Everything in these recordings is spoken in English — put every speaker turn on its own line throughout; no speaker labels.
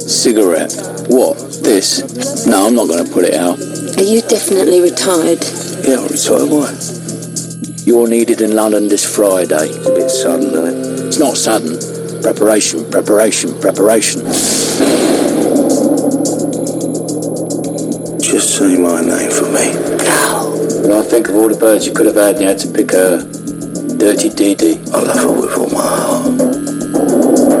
cigarette. What? This? No, I'm not going to put it out.
Are you definitely retired?
Yeah, I'll retire. Why? You're needed in London this Friday.
It's a bit sudden, isn't it?
It's not sudden. Preparation, preparation, preparation.
Just say my name for me.
When I think of all the birds you could have had, and you had to pick a dirty DD.
I love her with all my heart.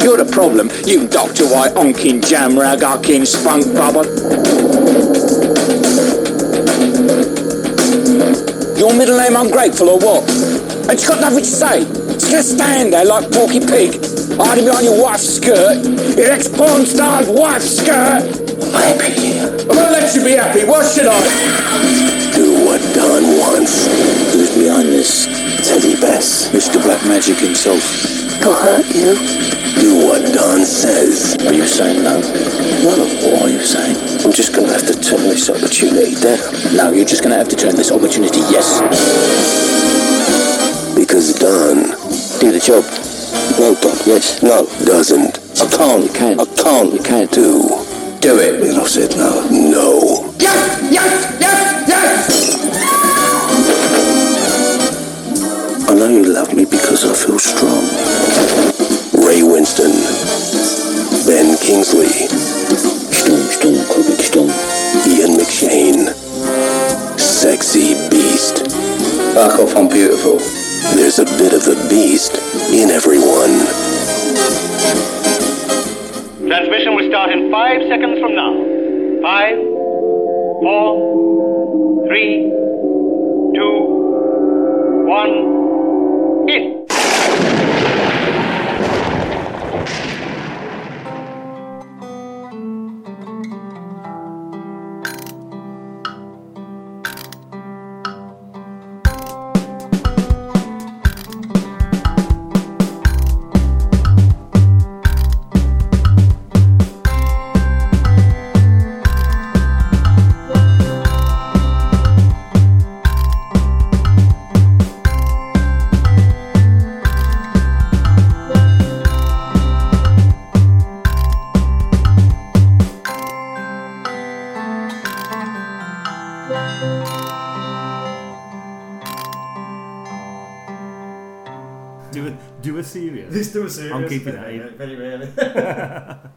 You're the problem, you Dr. White, onkin jam rag, onkin spunk bubble. Your middle name ungrateful or what? And she's got nothing to say. She's gonna stand there like Porky Pig, hiding behind your wife's skirt, your ex-porn star's wife's skirt.
I'm happy here.
I'm gonna let you be happy, why should I?
Do what Don wants. Who's behind this? Teddy Bess.
Mr. Black Magic himself.
He'll hurt you.
Do what Don says. Are you saying no? None of what are you saying? I'm just going to have to turn this opportunity down.
No, you're just going to have to turn this opportunity, yes.
Because Don...
Do the job.
No, Don. Yes. No, doesn't. I can't.
You can.
I can't.
You can.
Do.
Do it.
And I said no. No.
Yes, yes, yes, yes!
I know you love me because I feel strong. Ray Winston. Ben Kingsley.
Storm, storm, crooked storm.
Ian McShane. Sexy Beast.
Fuck off, I'm beautiful.
There's a bit of the beast in everyone.
Transmission will start in five seconds from now. Five, four, three, two, one, in.
Do a, do a serious.
Let's do a serious.
I'm keeping
very,
it.
Very rarely.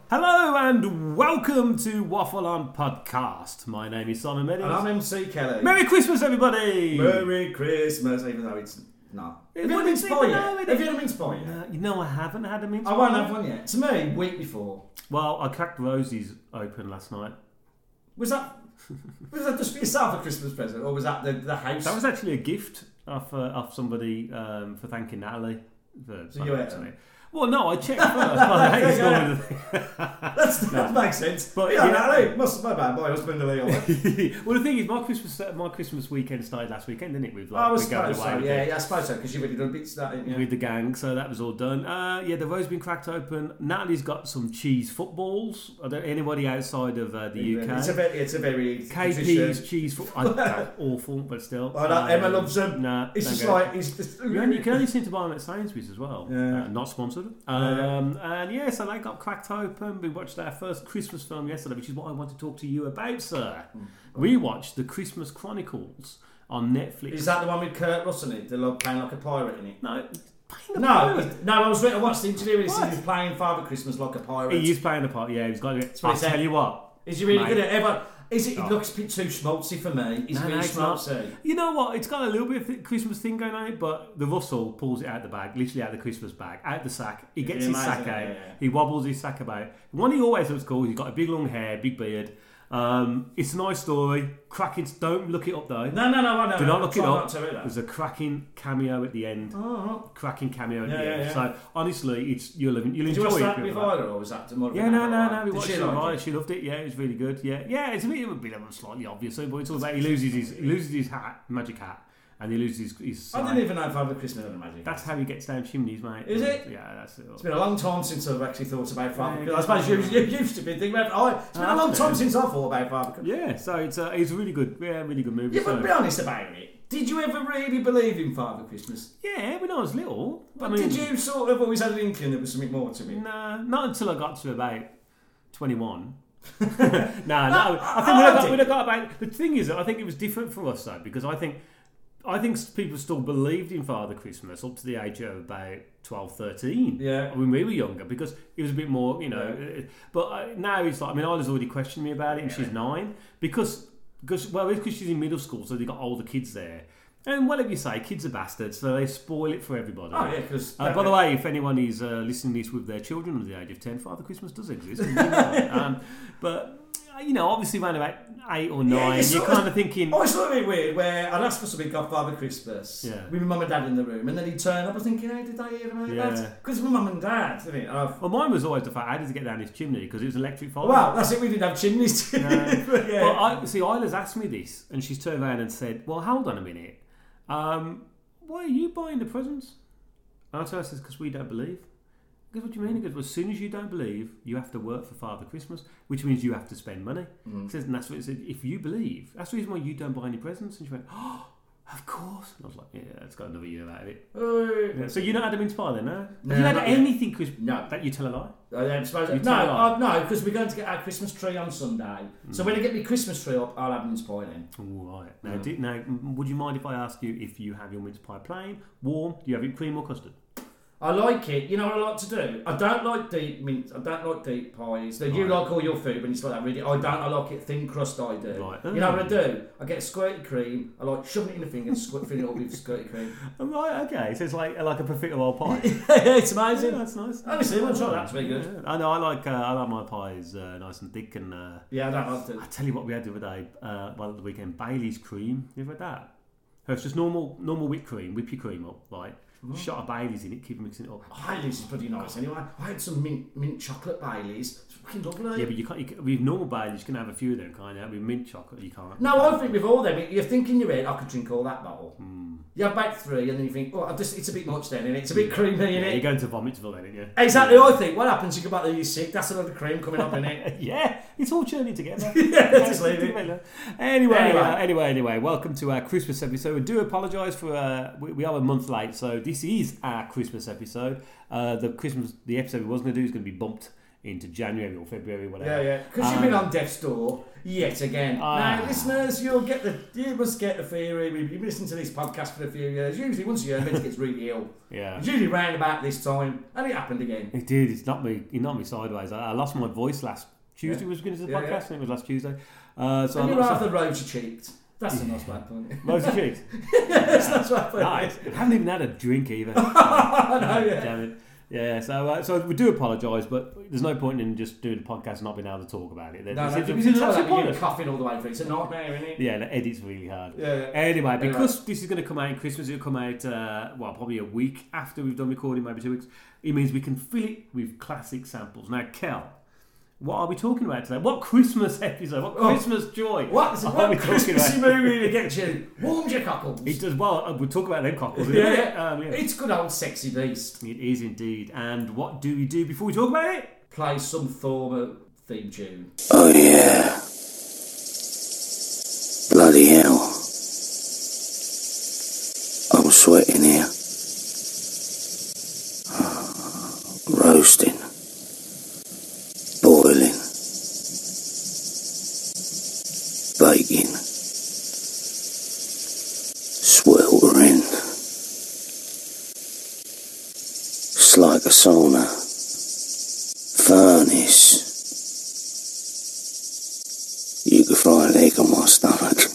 Hello and welcome to Waffle On Podcast. My name is Simon Meadows.
and I'm MC Kelly.
Merry Christmas, everybody!
Merry Christmas, even though it's nah. Have you had a mince pie yet? Have you had a mince pie yet?
No, Uh, you know, I haven't had a mince
I
pie.
won't have one yet. To me, week before.
Well, I cracked Rosie's open last night.
Was that was that just for yourself a Christmas present, or was that the, the house?
That was actually a gift off, uh, off somebody um, for thanking Natalie. For,
So you ate
actually.
it?
Well, no, I checked first. but that is normally the thing.
That's, that makes sense.
But
But yeah,
yeah.
Natalie, must my bad, my husband Leo.
well, the thing is, my Christmas uh, my Christmas weekend started last weekend, didn't it? With like
I was
we going away
supposed so.
with
Yeah, yeah, I suppose so because you've already done bits of that. haven't you?
with the gang, so that was all done. Uh, yeah, the road's been cracked open. Natalie's got some cheese footballs. I don't anybody outside of uh, the UK.
It's a very, it's a very
KP's
tradition.
cheese footballs. awful, but still. Um,
Oh, no, Emma loves them.
Nah,
it's
don't
just
go.
like it's just.
You only- you can only seem to buy them at Sainsbury's as well.
Yeah. Oh,
Uh, not sponsored. Um, And yeah, so they got cracked open. We watched our first Christmas film yesterday, which is what I want to talk to you about, sir.
Mm,
We watched The Christmas Chronicles on Netflix.
Is that the one with Kurt Russell in it? The love playing like a pirate in it.
no, playing a
No,
pirate.
it- no. I was I watched the interview and he said
What?
he was playing Father Christmas like a pirate.
He is playing a part. Yeah, he's got it.
what
I'll
he said.
tell you what.
is he really
Mate.
good at ever? Is it? It looks a bit too schmaltzy for me. Is
No, no,
it really
it's not.
schmaltzy?
You know what? It's got a little bit of th- Christmas thing going on it, but the Russell pulls it out the bag, literally out the Christmas bag, out the sack. He gets his
amazing,
sack out.
yeah, yeah.
He wobbles his sack about. One he always looks cool. He's got a big long hair, big beard. Um, it's a nice story. Cracking. Don't look it up though.
No, no, no. I know.
Do not look it
Try
up.
not to, really.
There's a cracking cameo at the end.
Oh.
Cracking cameo at
Yeah,
the
yeah,
end.
yeah.
So honestly, it's you'll you'll
Did you
enjoy
watch
it. if
that
you
with
like.
Ida or was that more? of
Yeah,
an
no,
adult
no,
one?
no. We
Did
watched
she
it
like
live. She loved it. Yeah, it was really good. Yeah, yeah. It's a bit, it would be a little slightly obvious, but it's all about he loses his he loses his hat, magic hat, and he loses his. his
I
sight.
didn't even know Father Christmas had a magic.
That's how he gets down chimneys, mate.
Is it?
Yeah, that's it.
It's been a long time since I've actually thought about Father
Yeah,
Christmas. I suppose you, you used to be thinking about oh, It's been a long time since I thought about Father Christmas.
Yeah, so it's a it's a really good, yeah, really good movie.
Yeah,
so.
but be honest about it. Did you ever really believe in Father Christmas?
yeah, when I was little, I
But
mean,
did you sort of always had an inkling there was something more to it?
Nah, not until I got to about twenty-one. nah, no, I think
I
when I,
did.
got, when I got about the thing is, that I think it was different for us though because I think I think people still believed in Father Christmas up to the age of about 12, 13.
Yeah.
when we were younger because it was a bit more, you know.
Yeah.
uh, But uh, now it's like I mean, Isla's already questioned me about it, and she's nine because because well, it's because she's in middle school, so they got older kids there. And whatever you say, kids are bastards, so they spoil it for everybody.
Oh, yeah, 'cause-
Uh, by the way, if anyone is uh, listening to this with their children under the age of 10, Father Christmas does exist. you know. um, but, uh, you know, obviously around about 8 or 9,
Yeah,
you're,
sort Oh,
kind of thinking,
I always thought it a bit weird where I'd ask for something off Father Christmas
Yeah.
with my mum and dad in the room, and then he'd turn up and thinking, "Hey, did I hear about
Yeah.
that?" Because my mum and dad, didn't it? Oh, And I've-
well, mine was always the fact I had to get down his chimney because it was electrified.
Wow, that's it. We didn't have chimneys. To but yeah.
Well, I, see, Isla's asked me this, and she's turned around and said, "Well, hold on a minute. Um, why are you buying the presents?" And I told her, "I says because we don't believe." Because what do you mean? He goes, well, as soon as you don't believe, you have to work for Father Christmas, which means you have to spend money.
Mm-hmm.
He says, and that's what it said. If you believe, that's the reason why you don't buy any presents. And she went, "Oh, of course." And I was like, "Yeah, it's got another year out of it."
Uh,
So you're not Adam Inspire then, no?
No,
Have you had
not yet.
anything, Chris?
No.
That you tell a lie.
I don't suppose no,
tell Mm.
uh, no, because we're going to get our Christmas tree on Sunday. So when I get my Christmas tree up, I'll have an inspired in.
All right. Now, do, now, m- would you mind if I ask you if you have your mince pie plain, warm? Do you have it cream or custard?
I like it. You know what I like to do? I don't like deep mince. I don't like deep pies. Now, you like all your food when it's like that, really. I don't. I like it thin crust. I do.
Right. Mm.
You know what I do? I get squirty cream. I like shoving it in the finger and squirt, filling it up with squirty cream.
Oh, Right. Okay. So it's like like a profiterole pie. Oh,
it's
Yeah,
amazing.
that's nice.
Honestly, we'll try that. It's very good.
Yeah. I know. I like uh, I like my pies uh, nice and thick and. Uh,
Yeah, that was
I tell you what we had the other day, uh, well, the weekend, Bailey's cream. You ever had that? So It's just normal normal whipped cream, whip your cream up, right? Shot of Bailey's in it, keep mixing it up.
Baileys is pretty nice anyway. I had some mint mint chocolate Baileys. It's fucking lovely.
Yeah, but you can't. You, can- with normal Bailey's, you can have a few of them, can't you? With mint chocolate, you can't.
No, I think with all them, you're thinking you're in, I could drink all that bottle. You have back three, and then you think, oh, I just, it's a bit much then, and it's a bit creamy, innit?
Hmm. Yeah, you're going to vomitville then, aren't you?
Exactly, I think. What happens? You go back there, you're sick, that's a lot of cream coming up in it.
Yeah, it's all churning together.
just leave it.
Anyway, anyway,
Anyway.
uh, anyway, anyway, welcome to our Christmas episode. We do apologise for uh, we, we are a month late, so this is our Christmas episode. Uh, the Christmas the episode we was going to do is going to be bumped into January or February,
Yeah,
whatever.
yeah. Because
Um,
you've been on death's door yet again.
Ah.
now, listeners, you'll get the, you must get the theory. We've been listening to this podcast for a few years. Usually, once a year, Vince gets really ill.
Yeah.
It's usually round about this time, and it happened again.
It did. It's knocked me. It knocked me sideways. I, I lost my voice last Tuesday.
Yeah.
Was going to the
Yeah,
podcast.
yeah.
I think it was last Tuesday. Uh, so
And
I'm
you're
not.
rather rosy cheeked. That's a nice bad point.
Loads of cheeks.
That's what I thought.
Nice. I haven't even had a drink either.
yeah.
Damn it. Yeah, so uh, so we do apologise, but there's no point in just doing a podcast and not being able to talk about it.
No,
It's-
no,
it's-
because
it's
it's all
absolute
that you're
pointless.
coughing all the way through. It's a nightmare, isn't it?
Yeah, the edit's really hard.
Yeah, yeah.
Anyway,
Anyway.
because this is going to come out in Christmas, it'll come out, uh, well, probably a week after we've done recording, maybe two weeks. It means we can fill it with classic samples. Now, Kel, what are we talking about today? What Christmas episode? What
Oh.
Christmas joy?
What?
are
What
we talking about?
Christmassy movie to get you? Warms your cockles.
It does well. uh, We'll talk about them cockles. in a
yeah,
minute.
yeah.
Um, yeah.
It's good old sexy beast.
It is indeed. And what do we do before we talk about it?
Play some Thorma theme tune.
Oh yeah. Bloody hell. I'm sweating here. Roasting. Boiling. Baking. Sweltering. It's like a sauna. Furnace. You could fry an egg on my stomach.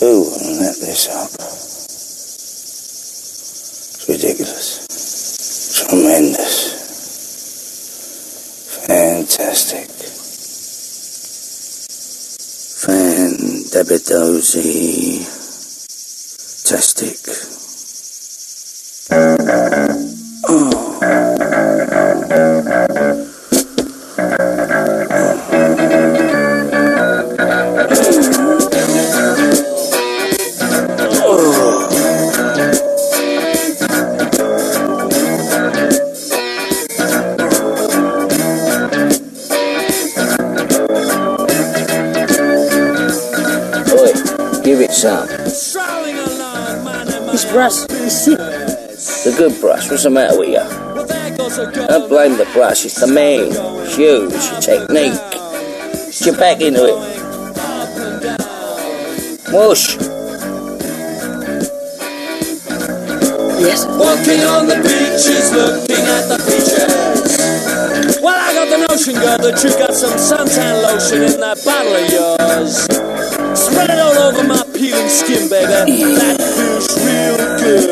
Who would let this up? It's ridiculous. Tremendous. Fantastic. Fan debitozy. Tastic.
What's up?
This brass is sick.
The good brush, what's the matter with you? I don't blame the brush, it's the man. It's you, it's your technique. Get back into it. Whoosh!
Yes.
Walking on the beaches, looking at the beaches. Well, I got the notion, girl, that you got some suntan lotion in that bottle of yours. Spread it all over my peeling skin, baby. That feels real good.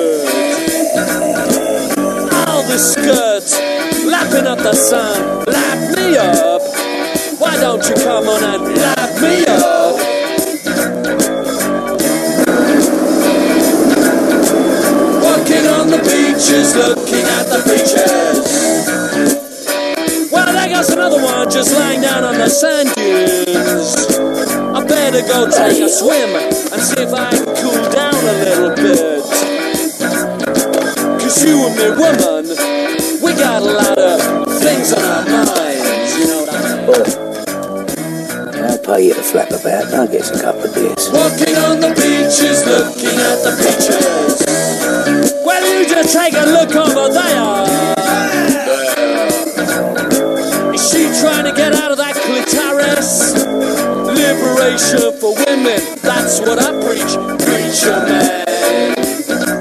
All the skirts, lapping up the sun. Lap me up. Why don't you come on and lap me up? Walking on the beaches, looking at the beaches. Well, there goes another one just lying down on the sand dunes. I better go take a swim and see if I can cool down a little bit. Cause you and me, woman, we got a lot of things on our minds, you know what I mean?
I'll pay you to flap about, I'll get a couple of beers.
Walking on the beaches, looking at the beaches. Well, you just take a look over there. Is she trying to get out of that clitoris? Liberation for women, that's what I preach, preacher man.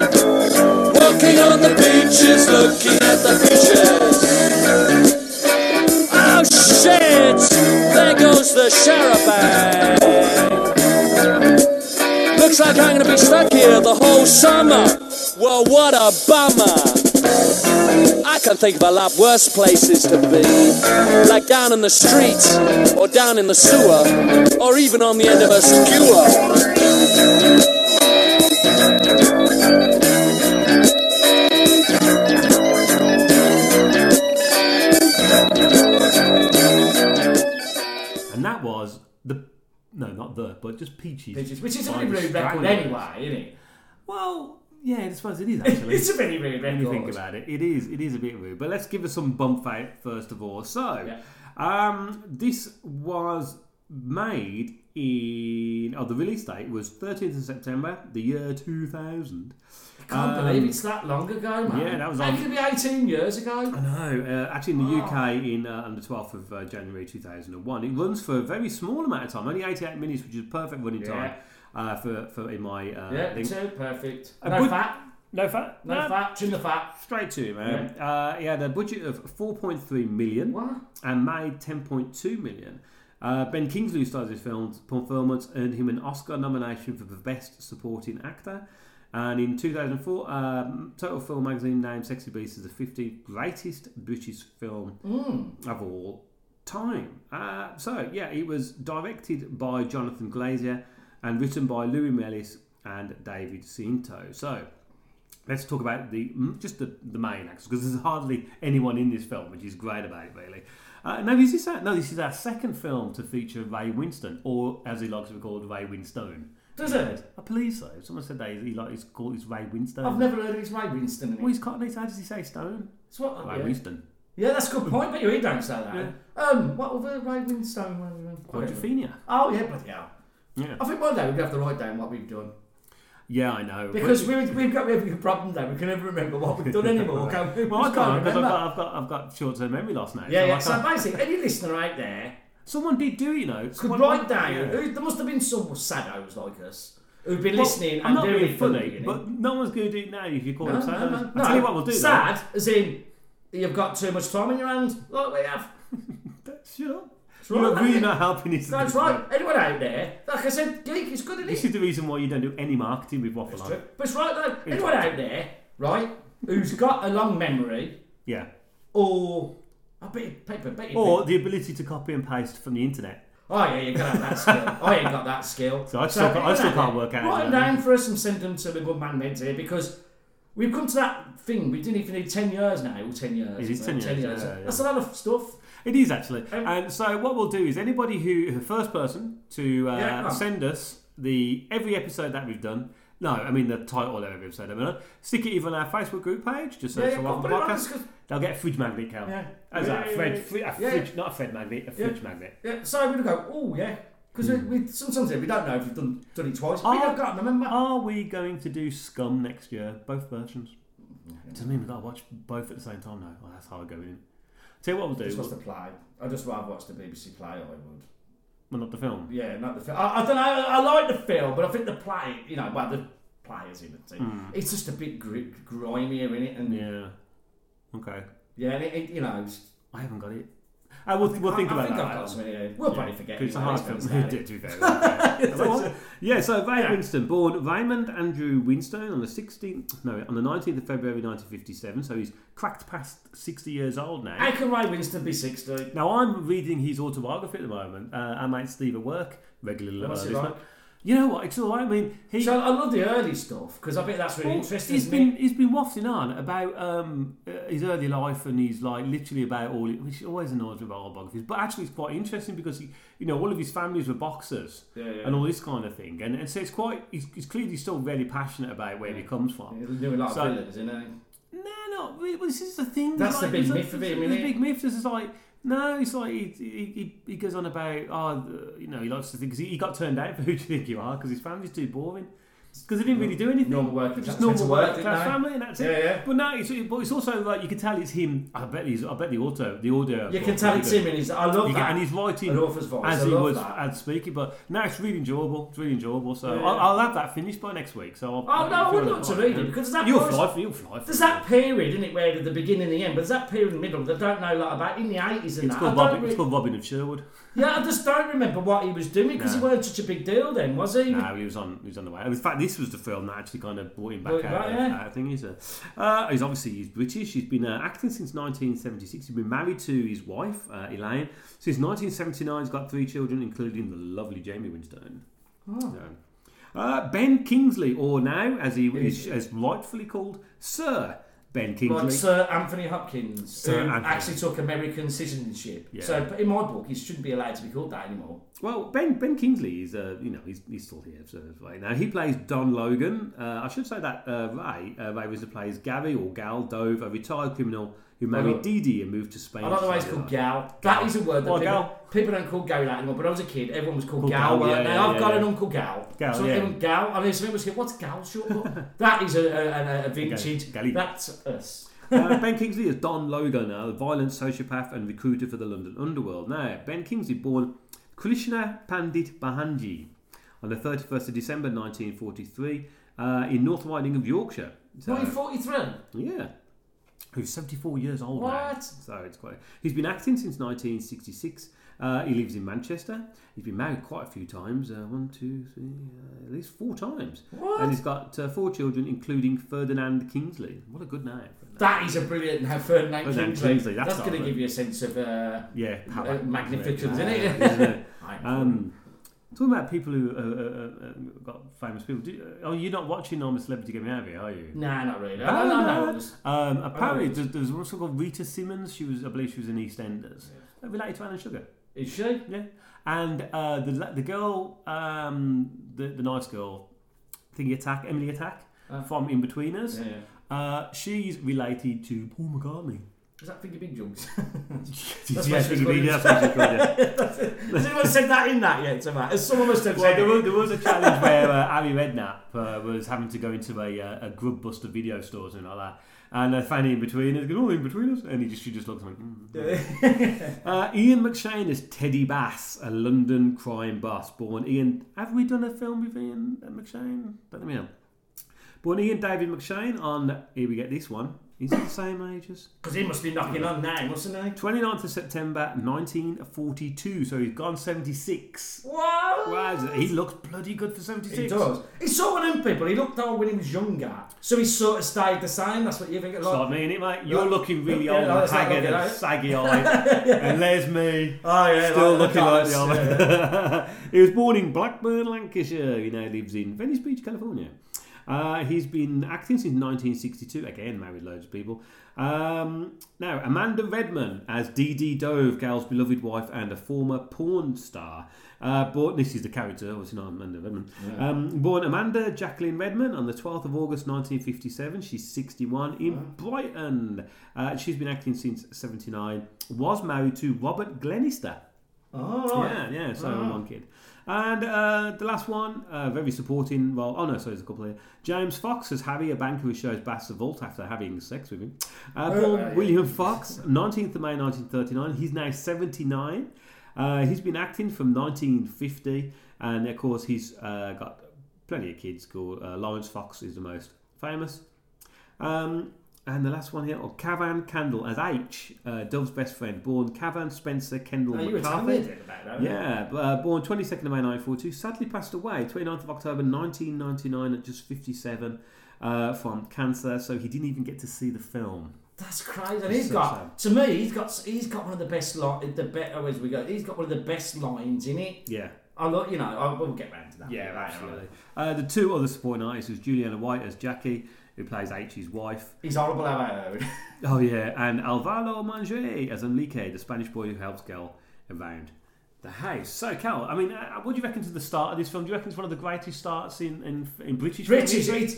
Walking on the beaches, looking at the beaches. Oh shit! There goes the charabang. Looks like I'm gonna be stuck here the whole summer. Well, what a bummer. I can think of a lot worse places to be. Like down in the street, or down in the sewer, or even on the end of a skewer.
And that was the no, not the, but just peaches.
Peaches, which is a
by
really
the
rude record
Stranglers.
anyway, isn't it?
Well, yeah, I suppose it is actually.
It's a very rude
When you think
record.
about it, it is. It is a bit rude. But let's give us some bump out first of all. So,
Yeah.
um, this was made in. Oh, the release date was 13th of September, the year 2000.
I can't
Um,
believe it's that long ago, man.
yeah, that was
That
on-
could be 18 years ago.
I know. Uh, actually, in the
Wow.
UK, in uh, on the 12th of uh, January 2001, it runs for a very small amount of time, only 88 minutes, which is perfect running
Yeah.
time uh, for for in my uh,
Yeah,
thing.
two, perfect.
A
no
good-
fat,
No fat,
no fat, chin the fat.
Straight to you, man. Uh, he had a budget of 4.3 million
What?
and made 10.2 million. Uh, ben Kingsley, who stars his film's performance, earned him an Oscar nomination for the Best Supporting Actor. And in 2004, um, Total Film magazine named Sexy Beast as the 15th greatest British film of all time. Uh, so, yeah, it was directed by Jonathan Glazer and written by Louis Mellis and David Cinto. So, let's talk about the mm, just the, the main actors because there's hardly anyone in this film, which is great about it, really. Uh, no, this is our, no, this is our second film to feature Ray Winston, or as he likes to be called, Ray Winstone.
Does it?
I believe so. Someone said that he like he's called he's Ray Winstone.
I've never heard of his Ray Winston.
Well, he's quite nice. How does he say Stone?
It's what,
Ray
Oh, yeah.
Winston.
yeah, that's a good point, but you he don't say that. Um, what other Ray Winstone? were we on? Whatever.
Quadrophenia.
Oh, yeah, bloody hell.
Yeah.
I think one day we're going to have to write down what we've done.
Oh, Yeah, I know.
Because we, we've got we have a problem now. We can never remember what we've done anymore. Can we?
well, I
We just
can't because I've got, I've got I've got short-term memory loss now.
Yeah,
so I
yeah. So
can't-
basically, any listener out there
someone did do it, you know.
could
Someone-
write down.
Yeah.
Who, there must have been some saddos like us who've been
Well,
listening
I'm
and
not
doing
being
it from the
funny,
beginning.
but no one's going to do it now if you call them
No, no,
sad.
no,
I'll tell you
no.
what we'll do.
Sad, as in you've got too much time in your hands, like we have.
Though. Shut up.
right.
You're really not helping us.
That's right. Anyone out there, like I said, geek is good at
This
it.
is the reason why you don't do any marketing with Waffle Line.
But it's right though. Anyone out there, right, who's got a long memory
Yeah.
or I bet paper, bet you
Or the ability to copy and paste from the internet.
Oh yeah, you gotta have that skill. I ain't got that skill.
So I still can't- I still can't work out
Write them
that.
down for us and send them to the good man Meds here because we've come to that thing. We didn't even need ten years now. Well, ten years.
It is
isn't
10 years, yeah, yeah.
That's a lot of stuff.
It is actually.
Um,
and so what we'll do is anybody who the first person to uh,
Yeah, come on.
send us the every episode that we've done, No, I mean the title of every episode. I mean, uh, stick it either on our Facebook group page, just search
Yeah,
for
yeah,
Love the
put it on,
Podcast.
discuss-
They'll get a fridge magnet, Cal.
Yeah.
How's
Yeah,
that?
yeah,
Fridge,
yeah.
fri- a
Yeah.
fridge, not a Fred magnet, a fridge magnet.
Yeah, so we go, oh yeah, because
Hmm.
we, we sometimes we don't know if we've done done it twice. we
Are-
don't got remember.
Are we going to do Scum next year? Both versions. Doesn't mean we've got to watch both at the same time. No, well, that's how I go in. Tell you what we'll do.
just watch the
We'll,
play. I just rather watch the BBC play. I would.
well, not the film.
Yeah, not the film. I, I don't know. I like the film, but I think the play, you know, well, the players in the team, it's just a bit gri- grimier in it, and yeah,
Hmm. Yeah. Okay.
and it, it, you know, it's,
I haven't got it. Uh, we'll, we'll think
I,
about
I think
that.
I've got some in here. We'll probably forget.
Because it's a
anyway,
hard
let's
film.
go
It
and say
did do very well. yeah, so Ray Winston, born Raymond Andrew Winstone on the 16th, no, on the 19th of February 1957, so he's cracked past 60 years old now.
How can Ray Winston be 60?
Now I'm reading his autobiography at the moment. Uh, our mate Steve at work, regular little
What's it
listener.
like?
You know what? It's all right. I mean, he.
So I love the early stuff because I think that's really interesting.
He's
isn't
been
it?
he's been wafting on about um, uh, his early life and he's like literally about all which always annoys me about autobiographies but actually it's quite interesting because he you know all of his families were boxers
yeah.
and all this kind of thing and, and so it's quite he's, he's clearly still very passionate about where he comes from
He's doing a lot
So-
of villains, isn't he?
no, no, but it- this is the thing.
That's
like,
the big
there's a-
myth of him,
there's a
isn't it?
big myth. This is like, no, it's like he, he, he- he goes on about, oh, the- you know, he likes to think, because he, he got turned out for who do you think you are, because his family's too boring. Because they didn't really do anything.
Normal working
just
class
normal
work,
working
didn't
class
they?
family, and that's
Yeah,
it.
yeah.
But no, it's, but it's also like you can tell it's him. I bet he's. I bet the auto, the audio.
You can tell it's him, and he's. I love
You
that.
can- and he's writing
An author's voice.
as
I
he
love
was
that.
as speaking. But no, it's really enjoyable. It's really enjoyable. So
Yeah, yeah.
I'll, I'll have that finished by next week. So I'll,
Oh, no, I would love to read it, because at that
you'll
point-
fly for you'll fly. for
There's
it.
that period, isn't it, where at the beginning and the end, but there's that period in the middle that I don't know a lot about in the 80s and
It's
that.
called,
I don't
Robin,
re-
it's called Robin of Sherwood.
Yeah, I just don't remember what he was doing because he
No.
wasn't such a big deal then, was he?
No, he was on. He was on the way. In fact, this was the film that actually kind of brought him back
Brought him
out.
back, yeah.
I think he's a. Uh, he's obviously he's British. He's been uh, acting since 1976. He's been married to his wife uh, Elaine since 1979. He's got three children, including the lovely Jamie Winstone.
Oh.
So, uh, ben Kingsley, or now as he is as rightfully called Sir Ben Kingsley.
Like Sir Anthony Hopkins,
Sir
who
Anthony.
actually took American citizenship.
Yeah.
So but in my book, he shouldn't be allowed to be called that anymore.
Well, Ben Ben Kingsley is uh, you know he's, he's still here so it's right now. He plays Don Logan. Uh, I should say that uh, Ray uh, Ray Wisner plays Gary or Gal Dove, a retired criminal who married
look.
Dee Dee and moved to Spain.
I like the way it's
to
called
survive.
Gal. That is a word that
Well,
people,
Gal.
people don't call Gary that anymore. But when I was a kid, everyone was called
Called
Gal.
Gal,
weren't
yeah,
they?
yeah,
I've
yeah,
got an
yeah.
uncle Gal.
Gal,
so
yeah.
everyone Gal. And then somebody was like, what's Gal short for? that is a, a, a, a vintage.
Gal- Gali.
That's us.
uh, ben Kingsley is Don Logan, a violent sociopath and recruiter for the London underworld. Now, Ben Kingsley, born Krishna Pandit Bahanji on the 31st of December 1943 uh, in North Riding of Yorkshire. So-
1943.
Yeah. Who's 74 years old now.
What?
So it's quite. He's been acting since 1966. Uh, he lives in Manchester. He's been married quite a few times. Uh, one, two, three, uh, at least four times.
What?
And he's got uh, four children, including Ferdinand Kingsley. What a good name.
That is a brilliant now, Ferdinand
Ferdinand
Kingsley.
Kingsley, that's
That's, going
all
to
right.
give you a sense of uh,
Yeah.
uh, magnificence,
Yeah,
isn't
isn't
it?
it?
I'm
Um, talking about people who uh, uh, uh, uh, got famous people. Do, oh, you're not watching I'm a Celebrity Get Me Out of Here, are you?
nah, not really. I, I, I know. it's-
Um, apparently,
Oh.
there's, there's also called Rita Simmons. She was, I believe, she was in EastEnders. Uh, Related to Alan Sugar,
Is she?
yeah. And uh, the la- the girl, um, the the nice girl, thingy attack, Emily attack from In Betweeners.
Ah. Yeah.
Uh, she's related to Paul McCartney.
Is that Finger Big Junks?
Yes,
what she's
we
called.
did, that's what she's called, yeah.
Has anyone said that in that yet, to Matt? As someone must have
Well,
said
there was,
it.
there was a challenge where uh, Harry Redknapp uh, was having to go into a, uh, a grub buster video store or something like that. And uh, Fanny in between us, going, oh, in between us. And he just, she just looks at me. uh, Ian McShane is Teddy Bass, a London crime boss. Born Ian. Have we done a film with Ian McShane? Don't think we have. Born Ian David McShane on, here we get this one. Is it the same age as?
Because he must be knocking on now, mustn't he?
29th of September 1942, so he's gone 76.
What?
Wow, he looks bloody good for 76.
He does. He's sort of them people. He looked old when he was younger. So he sort of stayed the same. That's what you think. Like,
Stop me in it, mate. You're
Look-
looking really
Yeah,
old
no,
and
it's not
haggard
looking
and
right.
saggy eyed. And there's me.
Oh, yeah,
Still
like the
looking like
Dallas,
the old man. he was born in Blackburn, Lancashire. He now lives in Venice Beach, California. Uh, he's been acting since 1962. Again, married loads of people. Um, now, Amanda Redman as Dee Dee Dove, Gal's beloved wife and a former porn star. Uh, born, this is the character, obviously not Amanda Redman. Um, born Amanda Jacqueline Redman on the 12th of August 1957. She's 61 in Brighton. Uh, she's been acting since 79. Was married to Robert Glenister.
Oh, right.
Yeah, yeah. So one kid. And uh, the last one, uh, very supporting role. Oh no, sorry, there's a couple here. James Fox as Harry, a banker who shows Bass the vault after having sex with him. Uh, Paul
Oh, yeah.
William Fox, 19th of May 1939. He's now 79. Uh, he's been acting from 1950, and of course he's uh, got plenty of kids. Called uh, Lawrence Fox is the most famous. Um, and the last one here, or Cavan Candle as H, uh, Dove's best friend, born Cavan Spencer Kendall
Oh, you were telling
McCarthy.
me a bit about that.
Yeah, uh, born 22nd of May 1942, sadly passed away 29th of October 1999 at just 57 uh, from cancer, so he didn't even get to see the film.
That's crazy. And he's
so
got to me. He's got he's got one of the best li- the better as we go. He's got one of the best lines in it.
Yeah.
I look, you know, I, we'll get round to that.
Yeah, absolutely. Uh, the two other supporting artists was Juliana White as Jackie, who plays H's wife.
He's horrible how I own.
Oh, yeah, and Alvaro Manger as Enrique, the Spanish boy who helps Gal around the house. So, Cal, I mean, uh, what do you reckon to the start of this film? Do you reckon it's one of the greatest starts in, in, in British film
British,
history?
it's,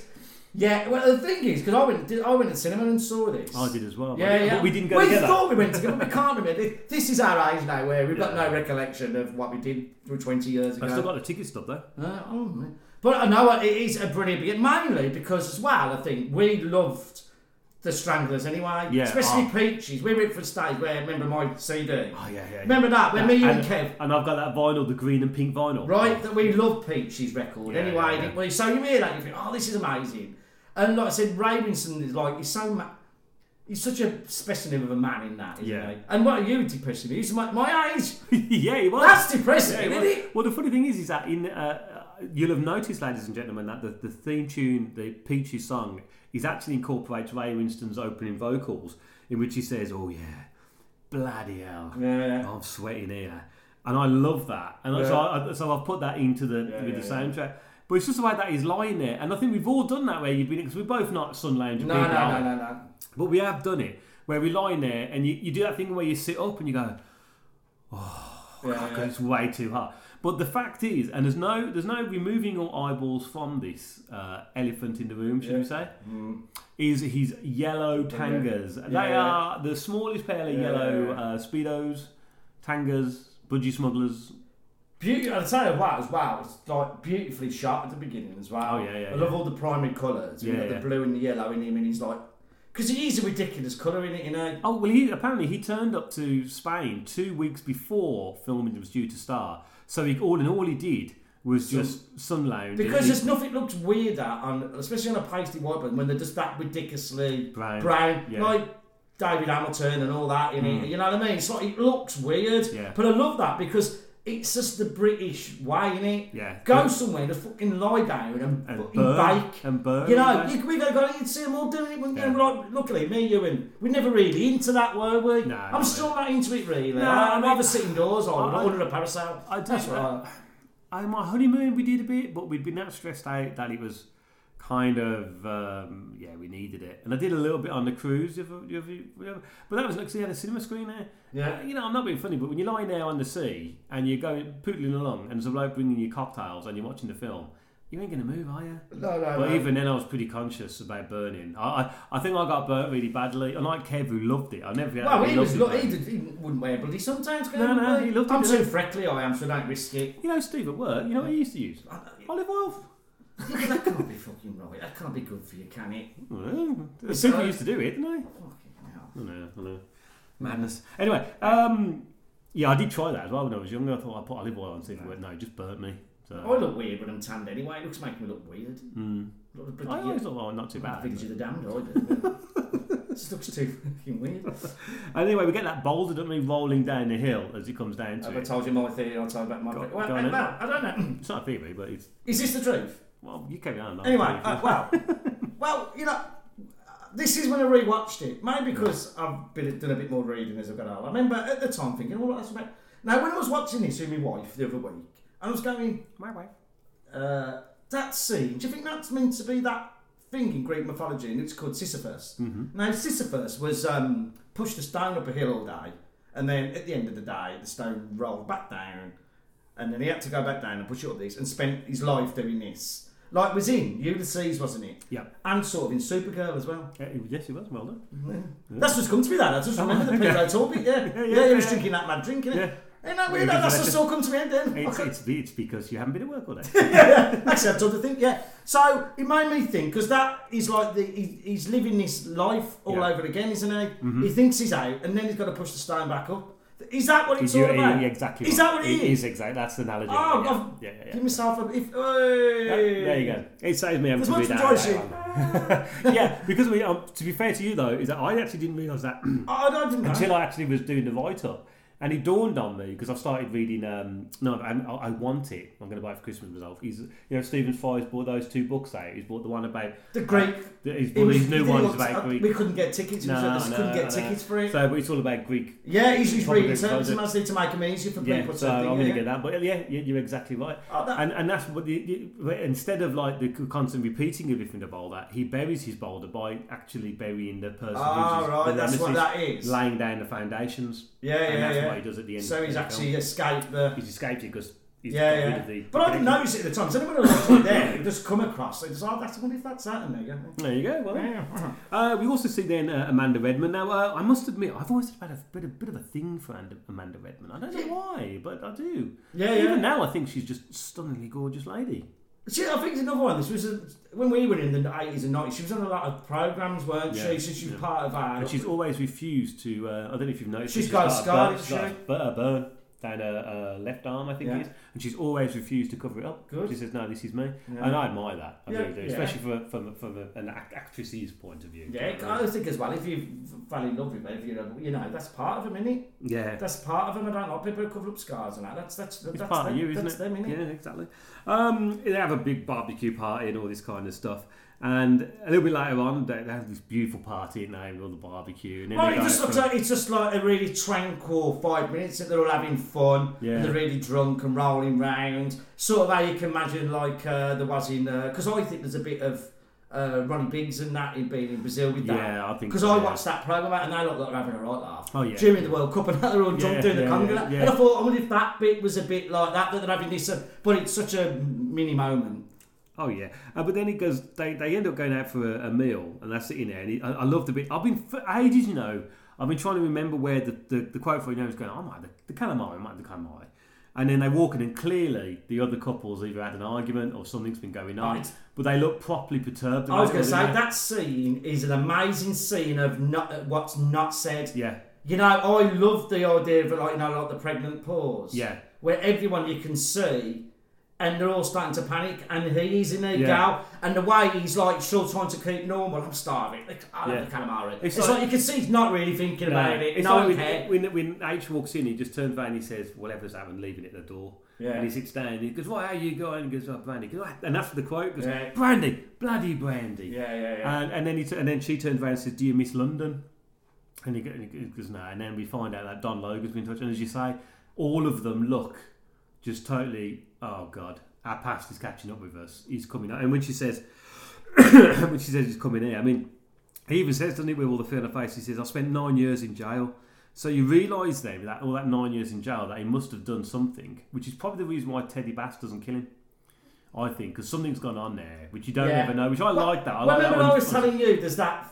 yeah. Well, the thing is, because I went, did, I went to the cinema and saw this.
I did as well. but-
Yeah, yeah.
But we didn't go
We
together.
thought we went together, but we can't remember. This is our age now, where we've got no recollection of what we did for twenty years ago.
I still got the ticket stub though.
Uh, oh, man. but I know it is a brilliant begin, mainly because as well, I think we loved the Stranglers anyway.
Yeah,
Especially
oh.
Peaches. We went for a stage where, remember my CD? Oh,
yeah, yeah,
Remember that, when me, you and
and,
Kev,
and I've got that vinyl, the green and pink vinyl.
right, that we loved Peaches record
Yeah,
anyway.
yeah,
didn't we? So you hear that, you think, oh, this is amazing. And like I said, Ravenson is like, he's so. Ma- He's such a specimen of a man in that, isn't
Yeah.
he? And what are you depressing me? He's my, my age.
yeah, it was.
That's depressing,
Yeah, it
isn't
was.
it?
Well, the funny thing is, is that in uh, uh, you'll have noticed, ladies and gentlemen, that the, the theme tune, the Peaches song, is actually incorporates Ray Winston's opening vocals, in which he says, "Oh yeah, bloody hell,
Yeah.
I'm sweating here," and I love that, and so, I, I- so I've put that into the with
yeah,
the
yeah.
soundtrack. But it's just the way that he's lying there, and I think we've all done that where you've been because we're both not sun lounger
No,
people.
no,
are
no,
we?
no, no.
But we have done it where we lie in there and you, you do that thing where you sit up and you go,
Yeah, yeah.
Oh, "God, it's way too hot. But the fact is, and there's no there's no removing your eyeballs from this uh, elephant in the room, should we say? Is his yellow tangas.
Mm. Yeah,
they
yeah.
are the smallest pair of
Yeah,
yellow
yeah, yeah.
Uh, speedos, tangas, budgie smugglers.
Beauty, I'll tell you what as well, it's like beautifully shot at the beginning as well.
Oh, yeah, yeah,
I love
yeah.
all the primary colours. you
Yeah,
know,
yeah.
the blue and the yellow in him, and he's like, because he is a ridiculous colour in it, you know.
Oh well, he apparently he turned up to Spain two weeks before filming was due to start. So he, all in all, he did was just sun lounge
Because there's nothing looks weirder on, especially on a pasty white one, when they're just that ridiculously
Brown, yeah. Hmm.
like David Hamilton and all that in it. You know what I mean? It's like it looks weird,
Yeah.
but I love that because it's just the British way in it.
Yeah.
Go
Yeah.
somewhere to fucking lie down and,
And
fucking
burn,
bake
and burn,
You know,
and
you, we go go you'd see them all doing it. When,
Yeah.
you know, like, luckily, me, you, and we never really into that, were we?
No,
I'm
not
still not into it really.
No,
I,
I
am
mean-
rather sit indoors or
I-
under a parasol.
I do-
That's right.
on my honeymoon we did a bit, but we'd been that stressed out that it was kind of um, yeah we needed it, and I did a little bit on the cruise. If, if, if, but that was because they had a cinema screen there.
Yeah.
Uh, you know I'm not being funny, but when you're lying there on the sea and you're going pootling along, and there's a bloke bringing you cocktails and you're watching the film, you ain't gonna move, are you?
No, no,
But
no.
even then, I was pretty conscious about burning. I, I, I think I got burnt really badly. Unlike Kev, who loved it, I never.
Well,
I
he,
loved
was,
it,
lo-
man.
he, did, he wouldn't wear bloody sometimes. could
No, no, he loved it,
I'm
didn't
too freckly, I am, so don't risk it.
You know, Steve at work. You know what he used to use? Olive oil.
that can't be fucking right. That can't be good for you, can it?
Well, people used to do it, didn't they?
Fucking hell.
I know, I know. Madness. Anyway, um, yeah, I did try that as well when I was younger. I thought I put olive oil on, see if it worked. No, it just burnt me.
I
So
look weird when I'm tanned anyway. It looks making me look weird. Mm. Look,
Hmm. I
bloody-
always thought, well, Oh, not too bad.
Village of the damned, I do. This looks too fucking weird.
Anyway, we get that boulder, don't we, rolling down the hill as it comes down
Have
to
I
it.
told you my theory? I'll tell you about my
Go-
theory.
go
Well,
on
and
then.
well, I don't know.
It's not a theory, but it's.
Is this the truth?
Well, you carry on. I'll
Anyway,
tell you if you-
uh, well, well, you know, this is when I rewatched it. Maybe because I've been, done a bit more reading as I've got older. I remember at the time thinking, "Oh, that's about." Now, when I was watching this with my wife the other week, and I was going,
my way.
uh, that scene, do you think that's meant to be that thing in Greek mythology and it's called Sisyphus?
Mhm.
Now, Sisyphus was um, pushed a stone up a hill all day, and then at the end of the day, the stone rolled back down, and then he had to go back down and push it up this and spent his life doing this. Like was in Ulysses, wasn't it?
Yeah.
And sort of in Supergirl as well.
yes, he was. Well done.
That's what's come to me. That I just
Oh,
remember the
okay.
people I told me. Yeah,
Yeah,
yeah,
yeah,
he was
yeah.
drinking that mad drink. Yeah.
Yeah.
Ain't that weird? That's just all come to me end then.
It's, it's, be- it's because you haven't been at work all day.
Actually, I've done the thing, yeah. So it made me think because that is like the he, he's living this life all
Yeah. Mm-hmm.
over again, isn't he? He thinks he's out, and then he's got to push the stone back up. Is that what it's
You-
all about?
yeah, exactly.
Is
right.
that what it is?
It is exactly. That's the analogy.
Oh,
yeah.
I've-
yeah, yeah, yeah.
Give myself a if.
Yeah, There you go. It saves me having
There's
to
much
read
enjoy
out
shit.
that one. Yeah, because we. Um, to be fair to you though, is that I actually didn't realise that
I, I didn't know.
until I actually was doing the write up. And it dawned on me because I started reading. Um, no, I, I want it. I'm going to buy it for Christmas myself. He's, you know, Stephen Fry's bought those two books out. He's bought the one about uh,
The Greek.
the- he's
It
bought
was-
these new
it
ones
looked-
about
uh,
Greek.
We couldn't get tickets. We just couldn't get tickets for it.
So, but it's all about Greek.
yeah, he's just reading
Probably
terms.
because
It
of-
must need to make them easier for people.
yeah, so
to think,
I'm going
yeah.
to get that. But yeah, you- you're exactly right.
Oh, that-
and and that's what the, the but instead of like the constant repeating of everything the boulder, he buries his boulder by actually burying the person.
Ah,
who's his-
right,
the
that's what
nemesis,
that is.
Laying down the foundations.
Yeah, yeah,
and that's
yeah.
what he does at the end.
So
of
he's
the
actually
film.
escaped the.
he's escaped it because he's got rid
Yeah,
of
yeah.
the.
But I didn't notice it at the time. So anyone who was right there who just come across it, just, oh, that's, I wonder if that's that in there.
There you go. Well,
Yeah.
Uh, we also see then uh, Amanda Redman. Now, uh, I must admit, I've always had a bit, a bit of a thing for And- Amanda Redman. I don't know why, but I do.
Yeah,
Even
yeah.
now, I think she's just a stunningly gorgeous lady.
See, I think it's another one. This was a, when we were in the 80s and 90s, she was on a lot of programmes, weren't
Yeah,
she? So she was
yeah.
part of our.
And she's always refused to. Uh, I don't know if you've noticed.
She's got a scar,
burn-
hasn't
she's got a bu- a burn down her uh, left arm, I think
Yeah.
it is. And she's always refused to cover it up.
Good.
She says, "No, this is me,"
Yeah.
and I admire that. I
Yeah,
really do,
yeah.
especially from from, a- from a, an act- actress's point of view.
yeah, I always think as well, if you fell in love with her, if you're, a- you know, that's part of them, innit?
yeah.
That's part of them. I don't know. People who cover up scars and that. That's, that's, that's,
It's
that's
part
them,
of you, isn't
that's
it?
them, innit?
Yeah, exactly. Um, they have a big barbecue party and all this kind of stuff. And a little bit later on, they, they have this beautiful party and they have all the barbecue. And then
Well,
they
it
go
just looks
for-
like it's just like a really tranquil five minutes that they're all having fun.
Yeah.
And they're really drunk and rolling round. Sort of how you can imagine, like uh, there was in because I think there's a bit of uh, Ronnie Biggs and that in being in Brazil with that.
Yeah, I think
because
so,
I
yeah.
watched that program and they look like they're having a right laugh.
Oh, yeah.
During the World Cup and that they're all drunk
Yeah,
doing the
yeah, yeah,
conga. and that.
yeah.
And I thought, I wonder if that bit was a bit like that that they're having this, uh, but it's such a mini moment.
Oh yeah, uh, but then he goes. They, they end up going out for a, a meal, and they're sitting there. And he, I, I love the bit. I've been for ages, you know. I've been trying to remember where the, the, the quote for you know is going. I might have the, the calamari, I might have the calamari. And then they walk in, and clearly the other couple's either had an argument or something's been going on.
Right.
But they look properly perturbed.
I was
about
going
it,
to say
don't they?
that scene is an amazing scene of not what's not said.
Yeah,
You know, I love the idea of like you know, like the pregnant pause.
Yeah.
Where everyone you can see and they're all starting to panic and he's in a
Yeah.
gal and the way he's like still trying to keep normal, I'm starving. Like, I love
Yeah.
the calamari. It's,
It's
like,
like-
you can see he's not really thinking about it.
It's
no
like
one
when-
cares.
when, when, H walks in, he just turns around and he says, whatever's happened, leaving it at the door.
Yeah.
And he sits down and he goes, what, how you going? And he goes, oh, Brandy. He goes, "Ah," And that's the quote. He goes,
Yeah.
Brandy, bloody Brandy.
Yeah, yeah, yeah.
And, and, then he t- and then she turns around and says, do you miss London? And he, go- and he goes, no. And then we find out that Don Logan's been in touch. And as you say, all of them look just totally, oh, God, our past is catching up with us. He's coming out. And when she says, when she says he's coming here, I mean, he even says, doesn't he, with all the fear on her face, he says, I spent nine years in jail. So you realise then, that all that nine years in jail, that he must have done something, which is probably the reason why Teddy Bass doesn't kill him. I think, because something's gone on there, which you don't
Yeah.
ever know, which I like that. I
well,
like
remember
that
I
one.
was telling you, there's that.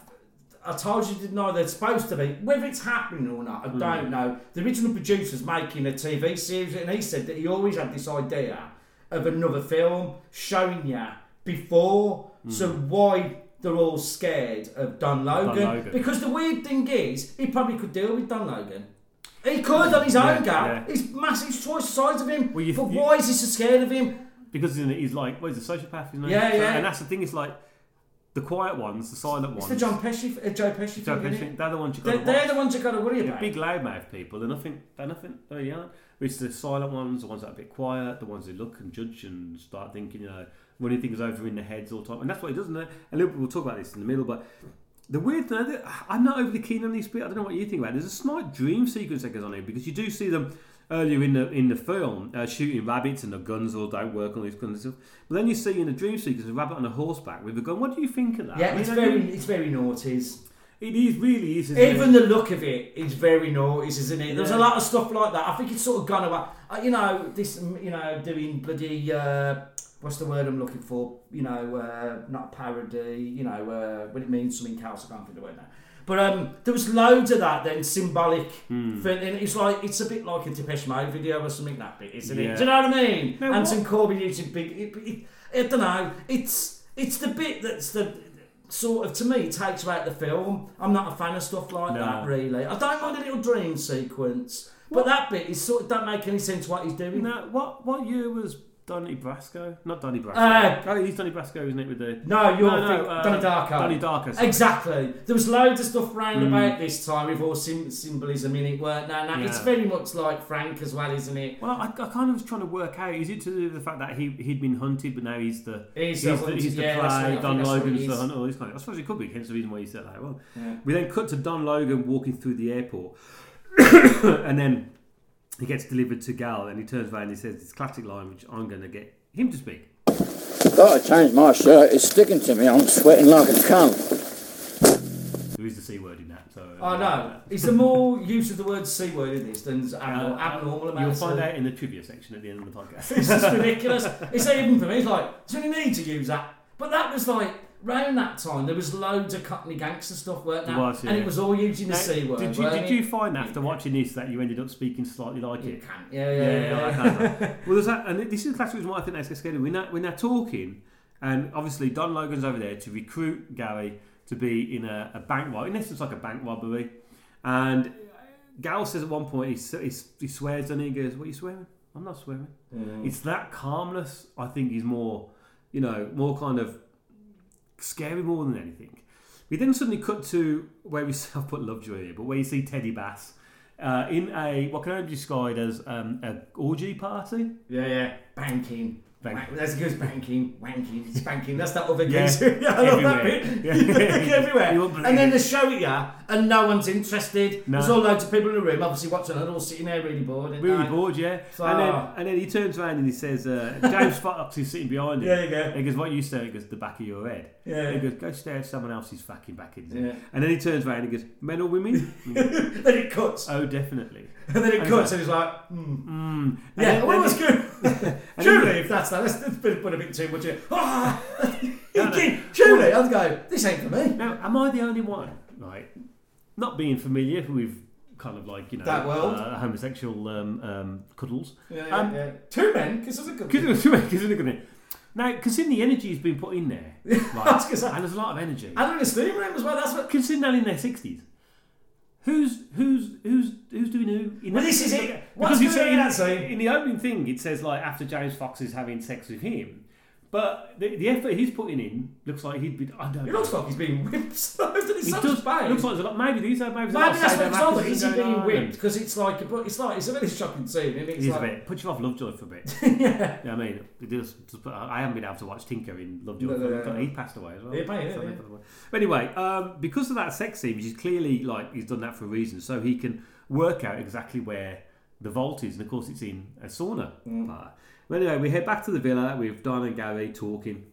I told you didn't know they're supposed to be. Whether it's happening or not, I
Hmm.
don't know. The original producer's making a TV series, and he said that he always had this idea of another film showing you before.
Hmm.
So why they're all scared of Don Logan.
Logan.
Because the weird thing is, he probably could deal with Don Logan. He could on his own, guy.
yeah.
He's massive, he's twice the size of him.
Well, you-
but
you-
why is he so scared of him?
because he's, he's like, well, he's a sociopath, isn't he?
Yeah,
So-
yeah.
And that's the thing. It's like the quiet ones, the silent
It's
ones.
the John Pesci, uh, Joe Pesci
Joe
thing,
Pesci,
isn't it?
They're the ones you got
They're,
to
they're the ones you've got to worry about.
big loudmouth people. They're nothing. They're nothing. They really aren't. It's the silent ones, the ones that are a bit quiet, the ones who look and judge and start thinking, you know, running things over in their heads all the time. And that's what he does. isn't it? A little. We'll talk about this in the middle, but The weird thing, I don't- I'm not overly keen on these bits. I don't know what you think about. it. There's a slight dream sequence that goes on here because you do see them earlier in the in the film uh, shooting rabbits and the guns all don't work all these guns and stuff. But then you see in the dream sequence a rabbit on a horseback with a gun. What do you think of that? I
Yeah,
mean,
it's
I
very,
mean,
it's very noughties.
It is really is. isn't
Even
it?
the look of it is very naughties, isn't it? There's a
Yeah.
lot of stuff like that. I think it's sort of gone away. Uh, you know, this, mm, you know, doing bloody, uh, what's the word I'm looking for? You know, uh, not parody, you know, uh, when it means something else, I can't think of the word now. But um, there was loads of that then, symbolic.
Hmm.
thing, And it's like, it's a bit like a Depeche Mode video or something, that bit, isn't
Yeah.
it? Do you know what I mean?
No,
Anton Corbin used to big, it, it, I don't know, it's, it's the bit that's the, sort of to me takes away the film. I'm not a fan of stuff like
No.
that really. I don't mind the little dream sequence, but that bit is sort of don't make any sense what he's doing.
Now, what what year was Donnie Brasco? Not Donnie Brasco.
Uh,
oh, he's Donnie Brasco, isn't it? With the
No, you're
No, no,
thinking
uh,
Donnie Darko.
Donnie Darko, sorry.
Exactly. There was loads of stuff
Mm.
round about this time with all sym- symbolism in it, weren't there? Now, It's
Yeah.
very much like Frank as well, isn't it?
Well, I, I kind of was trying to work out is it to do with the fact that he he'd been hunted, but now he's the
He's the
the,
hunted,
he's the
yeah, that's what- I
prey.
think
Don
that's what it
Logan's the
is.
hunter. All these kind of, I suppose it could be. Hence the reason why you said that. Well,
Yeah.
we then cut to Don Logan walking through the airport, and then he gets delivered to Gal, and he turns around and he says this classic line, which I'm going to get him to speak.
Gotta change my shirt. It's sticking to me. I'm sweating like a cunt.
There is the c word in that. So uh,
I know. Is there more use of the word C word in this than
Uh,
abnormal, abnormal amount
You'll
of-
find out in the trivia section at the end of the podcast.
It's just ridiculous. It's even for me. It's like, do you need to use that? But that was like round that time. There was loads of Cockney gangster stuff, weren't there?
There was,
And
yeah.
it was all using the
Now,
c word.
Did you,
weren't
did
it?
you find after watching this that you ended up speaking slightly like
You
it?
can't. Yeah, yeah,
Yeah,
yeah.
yeah, I can't. well, there's that, and this is the classic reason why I think that's escalated. We're now, we're now talking, and obviously Don Logan's over there to recruit Gary to be in a, a bank robbery. In essence, like a bank robbery. And Gal says at one point, he, s- he, s- he swears, and he goes, "What are you swearing? I'm not swearing." It's that calmness. I think is more, you know, more kind of scary more than anything. We then suddenly cut to where we see, I've put Lovejoy here, but where you see Teddy Bass uh, in a, what can only be described as um, an orgy party.
yeah, yeah. Banking.
Bank-
Bank. That's good. Banking, wanking, spanking. That's that other
Yeah.
geezer. Yeah, I love that
Everywhere.
bit.
Yeah.
Everywhere.
You won't believe
and then
it.
they show it, yeah, and no one's interested.
No.
There's all loads of people in the room, obviously watching, and all sitting there really bored. aren't
Really
they?
bored, yeah.
So-
and, then, and then he turns around and he says, uh, James Fox is sitting behind him.
Yeah, you go.
And he goes, What are you staring at? He goes, The back of your head.
Yeah.
And he goes, Go stare at someone else's fucking back in
Yeah.
And then he turns around and he goes, Men or women? And he goes,
then it cuts,
oh, definitely.
and then it
and
cuts,
that-
and it's like, hmm.
And
Yeah,
then-
well,
then-
that's good.
then
Surely,
you-
if that's that, that's, that's been put a bit too much. in. Ah,
No, no.
surely, I'd go. This ain't for me.
Now, am I the only one, like, not being familiar with kind of like, you know,
That world?
Uh, homosexual um, um, cuddles?
Yeah,
Um,
yeah. Two men, because it's a good.
Because it was too because it was gonna- Now, considering the energy has been put in there,
was gonna
right,
say-
and there's a lot of energy.
And in the steam room as well. That's what.
Considering they're in their sixties, who's who's who's who's doing who? In
Well,
that-
this is it.
Because
What's
you
going
say
on
in,
in that scene?
in the opening thing, it says like after James Fox is having sex with him, but the, the effort he's putting in looks like he'd been. I don't.
It
know.
looks like he's being whipped. so it's
It
such
does.
bad.
Looks like there's a lot. Maybe these are. Maybe, there's a lot
Maybe
of
that's what it's all.
sadomasochism
Is he
going
being
on.
whipped? Because it's like, but it's like it's a really shocking scene.
It
And it's
is
like,
a bit. Put you off Lovejoy for a bit.
yeah.
Yeah, I mean, it does, does put- I haven't been able to watch Tinker in Lovejoy.
No, no,
for-
no, no.
He passed away as well.
Yeah, yeah, yeah.
So he passed away. But anyway, um, because of that sex scene, which is clearly like he's done that for a reason, so he can work out exactly where the vault is, and of course it's in a sauna.
Mm.
bar. Well, anyway, we head back to the villa with Don and Gary talking,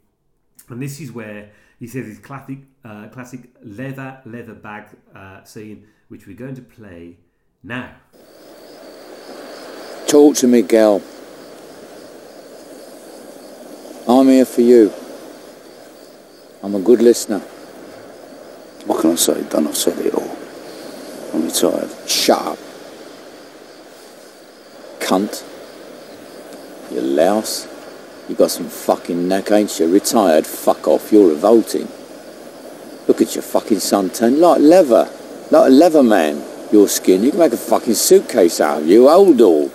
and this is where he says his classic, uh, classic leather leather bag uh, scene, which we're going to play now.
Talk to me, gal. I'm here for you. I'm a good listener.
What can I say? Done, I've said it all. I'm retired.
Shut up. Cunt. You louse. You got some fucking knack, ain't you? Retired, fuck off. You're revolting. Look at your fucking suntan. Like leather. Like a leather man. Your skin. You can make a fucking suitcase out of you. Old all.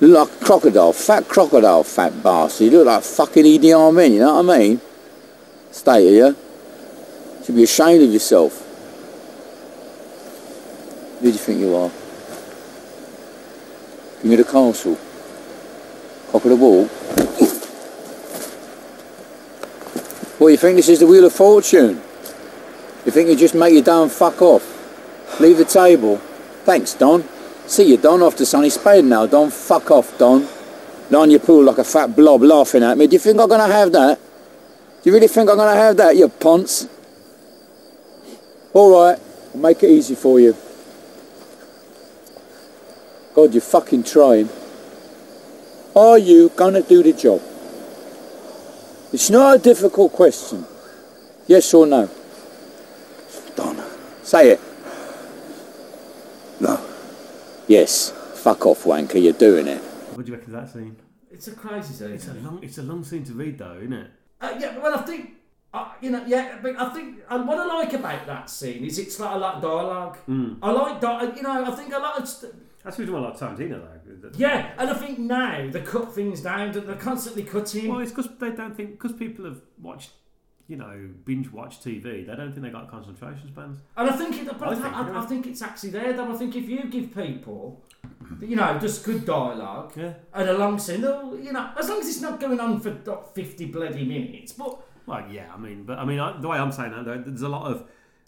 Look like a crocodile. Fat crocodile, fat bastard. You look like fucking Idi Amin. You know what I mean? Stay here. You should be ashamed of yourself. Who do you think you are? King of the castle? Cock of the wall? What, you think this is the Wheel of Fortune? You think you just make your day and fuck off? Leave the table. Thanks, Don. See you, Don. Off to Sonny Spade now, Don. Fuck off, Don. Lying your pool like a fat blob laughing at me. Do you think I'm going to have that? Do you really think I'm going to have that, you ponce? All right, I'll make it easy for you. God, you're fucking trying. Are you going to do the job? It's not a difficult question. Yes or no?
Donna.
Say it.
No.
Yes. Fuck off, wanker. You're doing it.
What do you reckon of that scene?
It's a crazy scene.
It's a long, it's a long scene to read, though, isn't it?
Uh, yeah, well, I think uh, you know, yeah, but I think and what I like about that scene is it's like a lot of dialogue.
Mm.
I like di- uh, you know, I think a lot of st-
That's what we do a lot of Tarantino, though.
yeah, and I think now they cut things down. They're constantly cutting.
Well, it's because they don't think because people have watched, you know, binge watch TV. They don't think they got concentration spans.
And I think, it, but I,
I
think
think,
I,
yeah.
I think it's actually there. Though I think if you give people, you know, just good dialogue
Yeah.
and a long scene, they'll- you know, as long as it's not going on for like, fifty bloody minutes. But
Well, yeah, I mean, but I mean, I, the way I'm saying that, though, there's a lot of,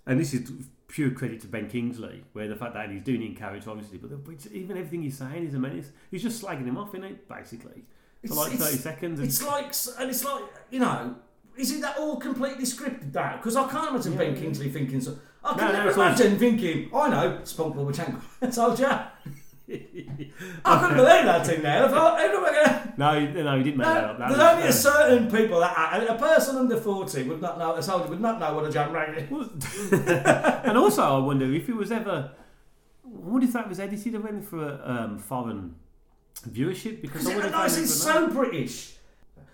and this is pure credit to Ben Kingsley, where the fact that he's doing it in character, obviously, but the, even everything he's saying is a menace. He's just slagging him off, in it, basically, for like 30 seconds. And,
It's like, s- and it's like, you know, is it that all completely scripted out? Because I can't imagine Ben Kingsley thinking so. I can
no,
never
it's all-
imagine thinking, I know, Spunk Bubble Tank Soldier. I couldn't believe that in there. I thought, everyone gonna-
no, he- no, he didn't make that up. That
There's
was- uh,
only a certain people that act- a person under 40 would not know, a soldier would not know what a jump rate is.
and also, I wonder if it was ever. What if that was edited and went for um, foreign viewership? Because I wonder
Because it,
if
no,
they
it's
would
it's
have
so British.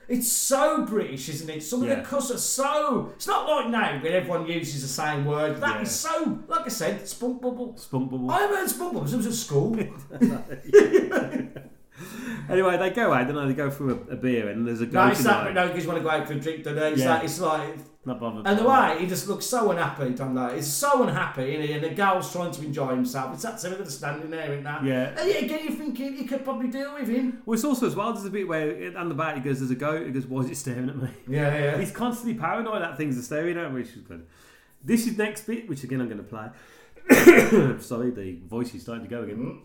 It's so British, isn't it? Some
Yeah.
of the cuss are so. It's not like now where everyone uses the same word. That is
Yeah.
so. Like I said, spunk bubble.
spunk bubble.
I haven't heard spunk bubble since I was at school.
Anyway, they go out, don't they? They go for a, a beer and there's a
no,
guy.
it's that. No, because you want to go out for a drink today. It's
Yeah.
that. It's like.
Not bothered.
And the way he just looks so unhappy, done that. He's so unhappy, and, he, and the gal's trying to enjoy himself. It's that similar to standing there, isn't that?
Yeah.
And yet again, you're thinking you could probably deal with him.
Well, it's also as well. There's a bit where it- on the back he goes, "There's a goat." He goes, "Why is it staring at me?"
Yeah, yeah.
He's constantly paranoid that things are staring at him, which is good. This is next bit, which again I'm going to play. Sorry, the voice is starting to go again.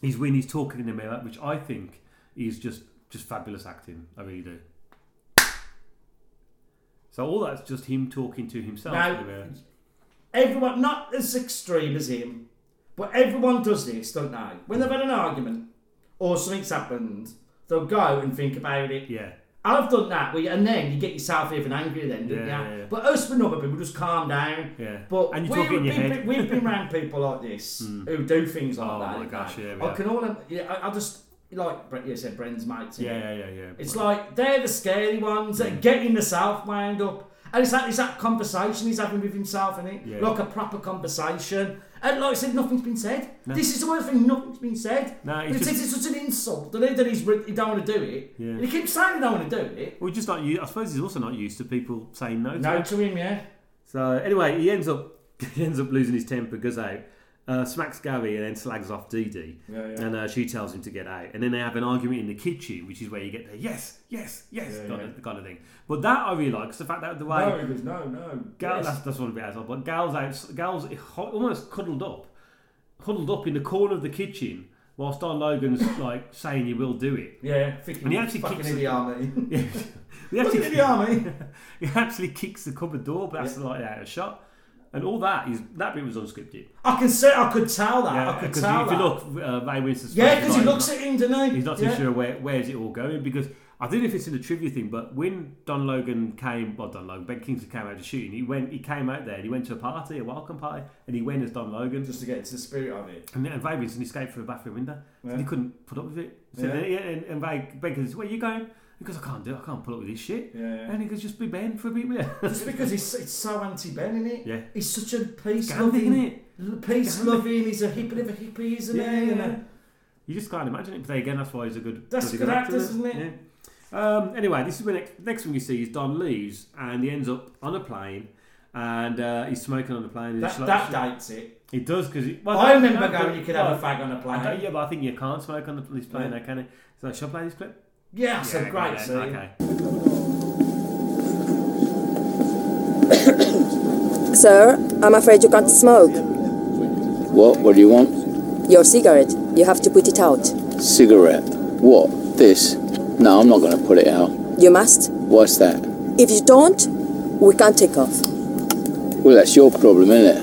He's when he's talking in the mirror, which I think is just just fabulous acting. I really do. So all that's just him talking to himself
Now-
in the mirror.
Everyone, not as extreme as him, but everyone does this, don't they? When they've had an argument or something's happened, they'll go and think about it.
Yeah,
I've done that, where you- and then you get yourself even angrier then, didn't
Yeah,
you?
yeah, yeah.
But us with other people just calm down.
Yeah.
But
And you
we
talk it in
would
your
be-
head.
we've been around people like this who do things like
Oh
that.
my
you know.
gosh, yeah, we
I
have.
can all. Yeah, I, I just like Brett. You said Bren's mates.
yeah,
innit?
yeah, yeah. yeah.
It's like they're the scary ones that are getting the South wound up. And it's that, it's that conversation he's having with himself, isn't it?
Yeah.
Like a proper conversation. And like I said, nothing's been said. This is the worst thing, nothing's been said.
No, it's
it's,
just-
it's such an insult that he, that he's, re- he don't want to do it.
Yeah.
And he keeps saying he don't want to do it.
Well, just not you. I suppose he's also not used to people saying no. to
No
him.
to him, yeah.
So anyway, he ends up he ends up losing his temper, goes out, uh, smacks Gary, and then slags off Dee Dee.
Yeah, yeah.
And uh, she tells him to get out, and then they have an argument in the kitchen, which is where you get the yes, yes, yes kind, Of, kind of thing. But that I really like 'cause the fact that the way
No, he goes, no, no.
Gal,
Yes.
that's, that's what a bit asshole. But Gal's out, Gal's ho- almost cuddled up, huddled up in the corner of the kitchen, whilst Don Logan's like saying he will do it.
Yeah, thinking
And he actually
fucking
kicks
in the
him.
army.
Yeah. He
Fucking in the army.
he actually kicks the cupboard door, but that's like out of shot. And all that is that bit was unscripted.
I can say, I could tell that. I could
Because
tell
if
that.
you look, uh, Ray Winston's face
yeah,
is
because he
like-
looks at him, doesn't he?
He's not too
yeah.
sure where where's it all going because I don't know if it's in the trivia thing, but when Don Logan came, well, Don Logan, Ben Kingsley came out to shooting. He went, he came out there and he went to a party, a welcome party, and he went as Don Logan.
Just to get into the spirit of it.
And, and Ray Winston escaped through a bathroom window. So he couldn't put up with it. So
Yeah.
then, yeah, and, and Ray, Ben Kingsley said, "Where are you going?" He goes, "I can't do it. I can't put up with this shit."
Yeah, yeah.
And he goes, "Just be Ben for a bit, will you?"
It's because he's it's so anti Ben, isn't it?
Yeah.
He's such a peace
Gandhi, isn't
loving,
it?
peace loving. He's a hippie of a hippie, isn't
Yeah,
he?
yeah,
And
yeah.
a-
You just can't imagine it. But again, that's why he's a good.
That's
bloody
good actor,
isn't it?
isn't it?
Yeah. Um, anyway, this is where next next one you see is Don leaves and he ends up on a plane and uh, he's smoking on the plane. And
that,
it's like-
that dates it.
He does because well,
I
no, no,
remember going.
but-
You could have a
well,
fag on a
I don't-
plane.
yeah, but I think you can't smoke on the, this plane. Now, can it? So should I play this clip?
Yeah, that's a
okay,
great scene.
Okay.
Sir, I'm afraid you can't smoke.
What? What do you want?
Your cigarette. You have to put it out.
Cigarette. What? This? No, I'm not going to put it out.
You must.
What's that?
If you don't, we can't take off.
Well, that's your problem, isn't it?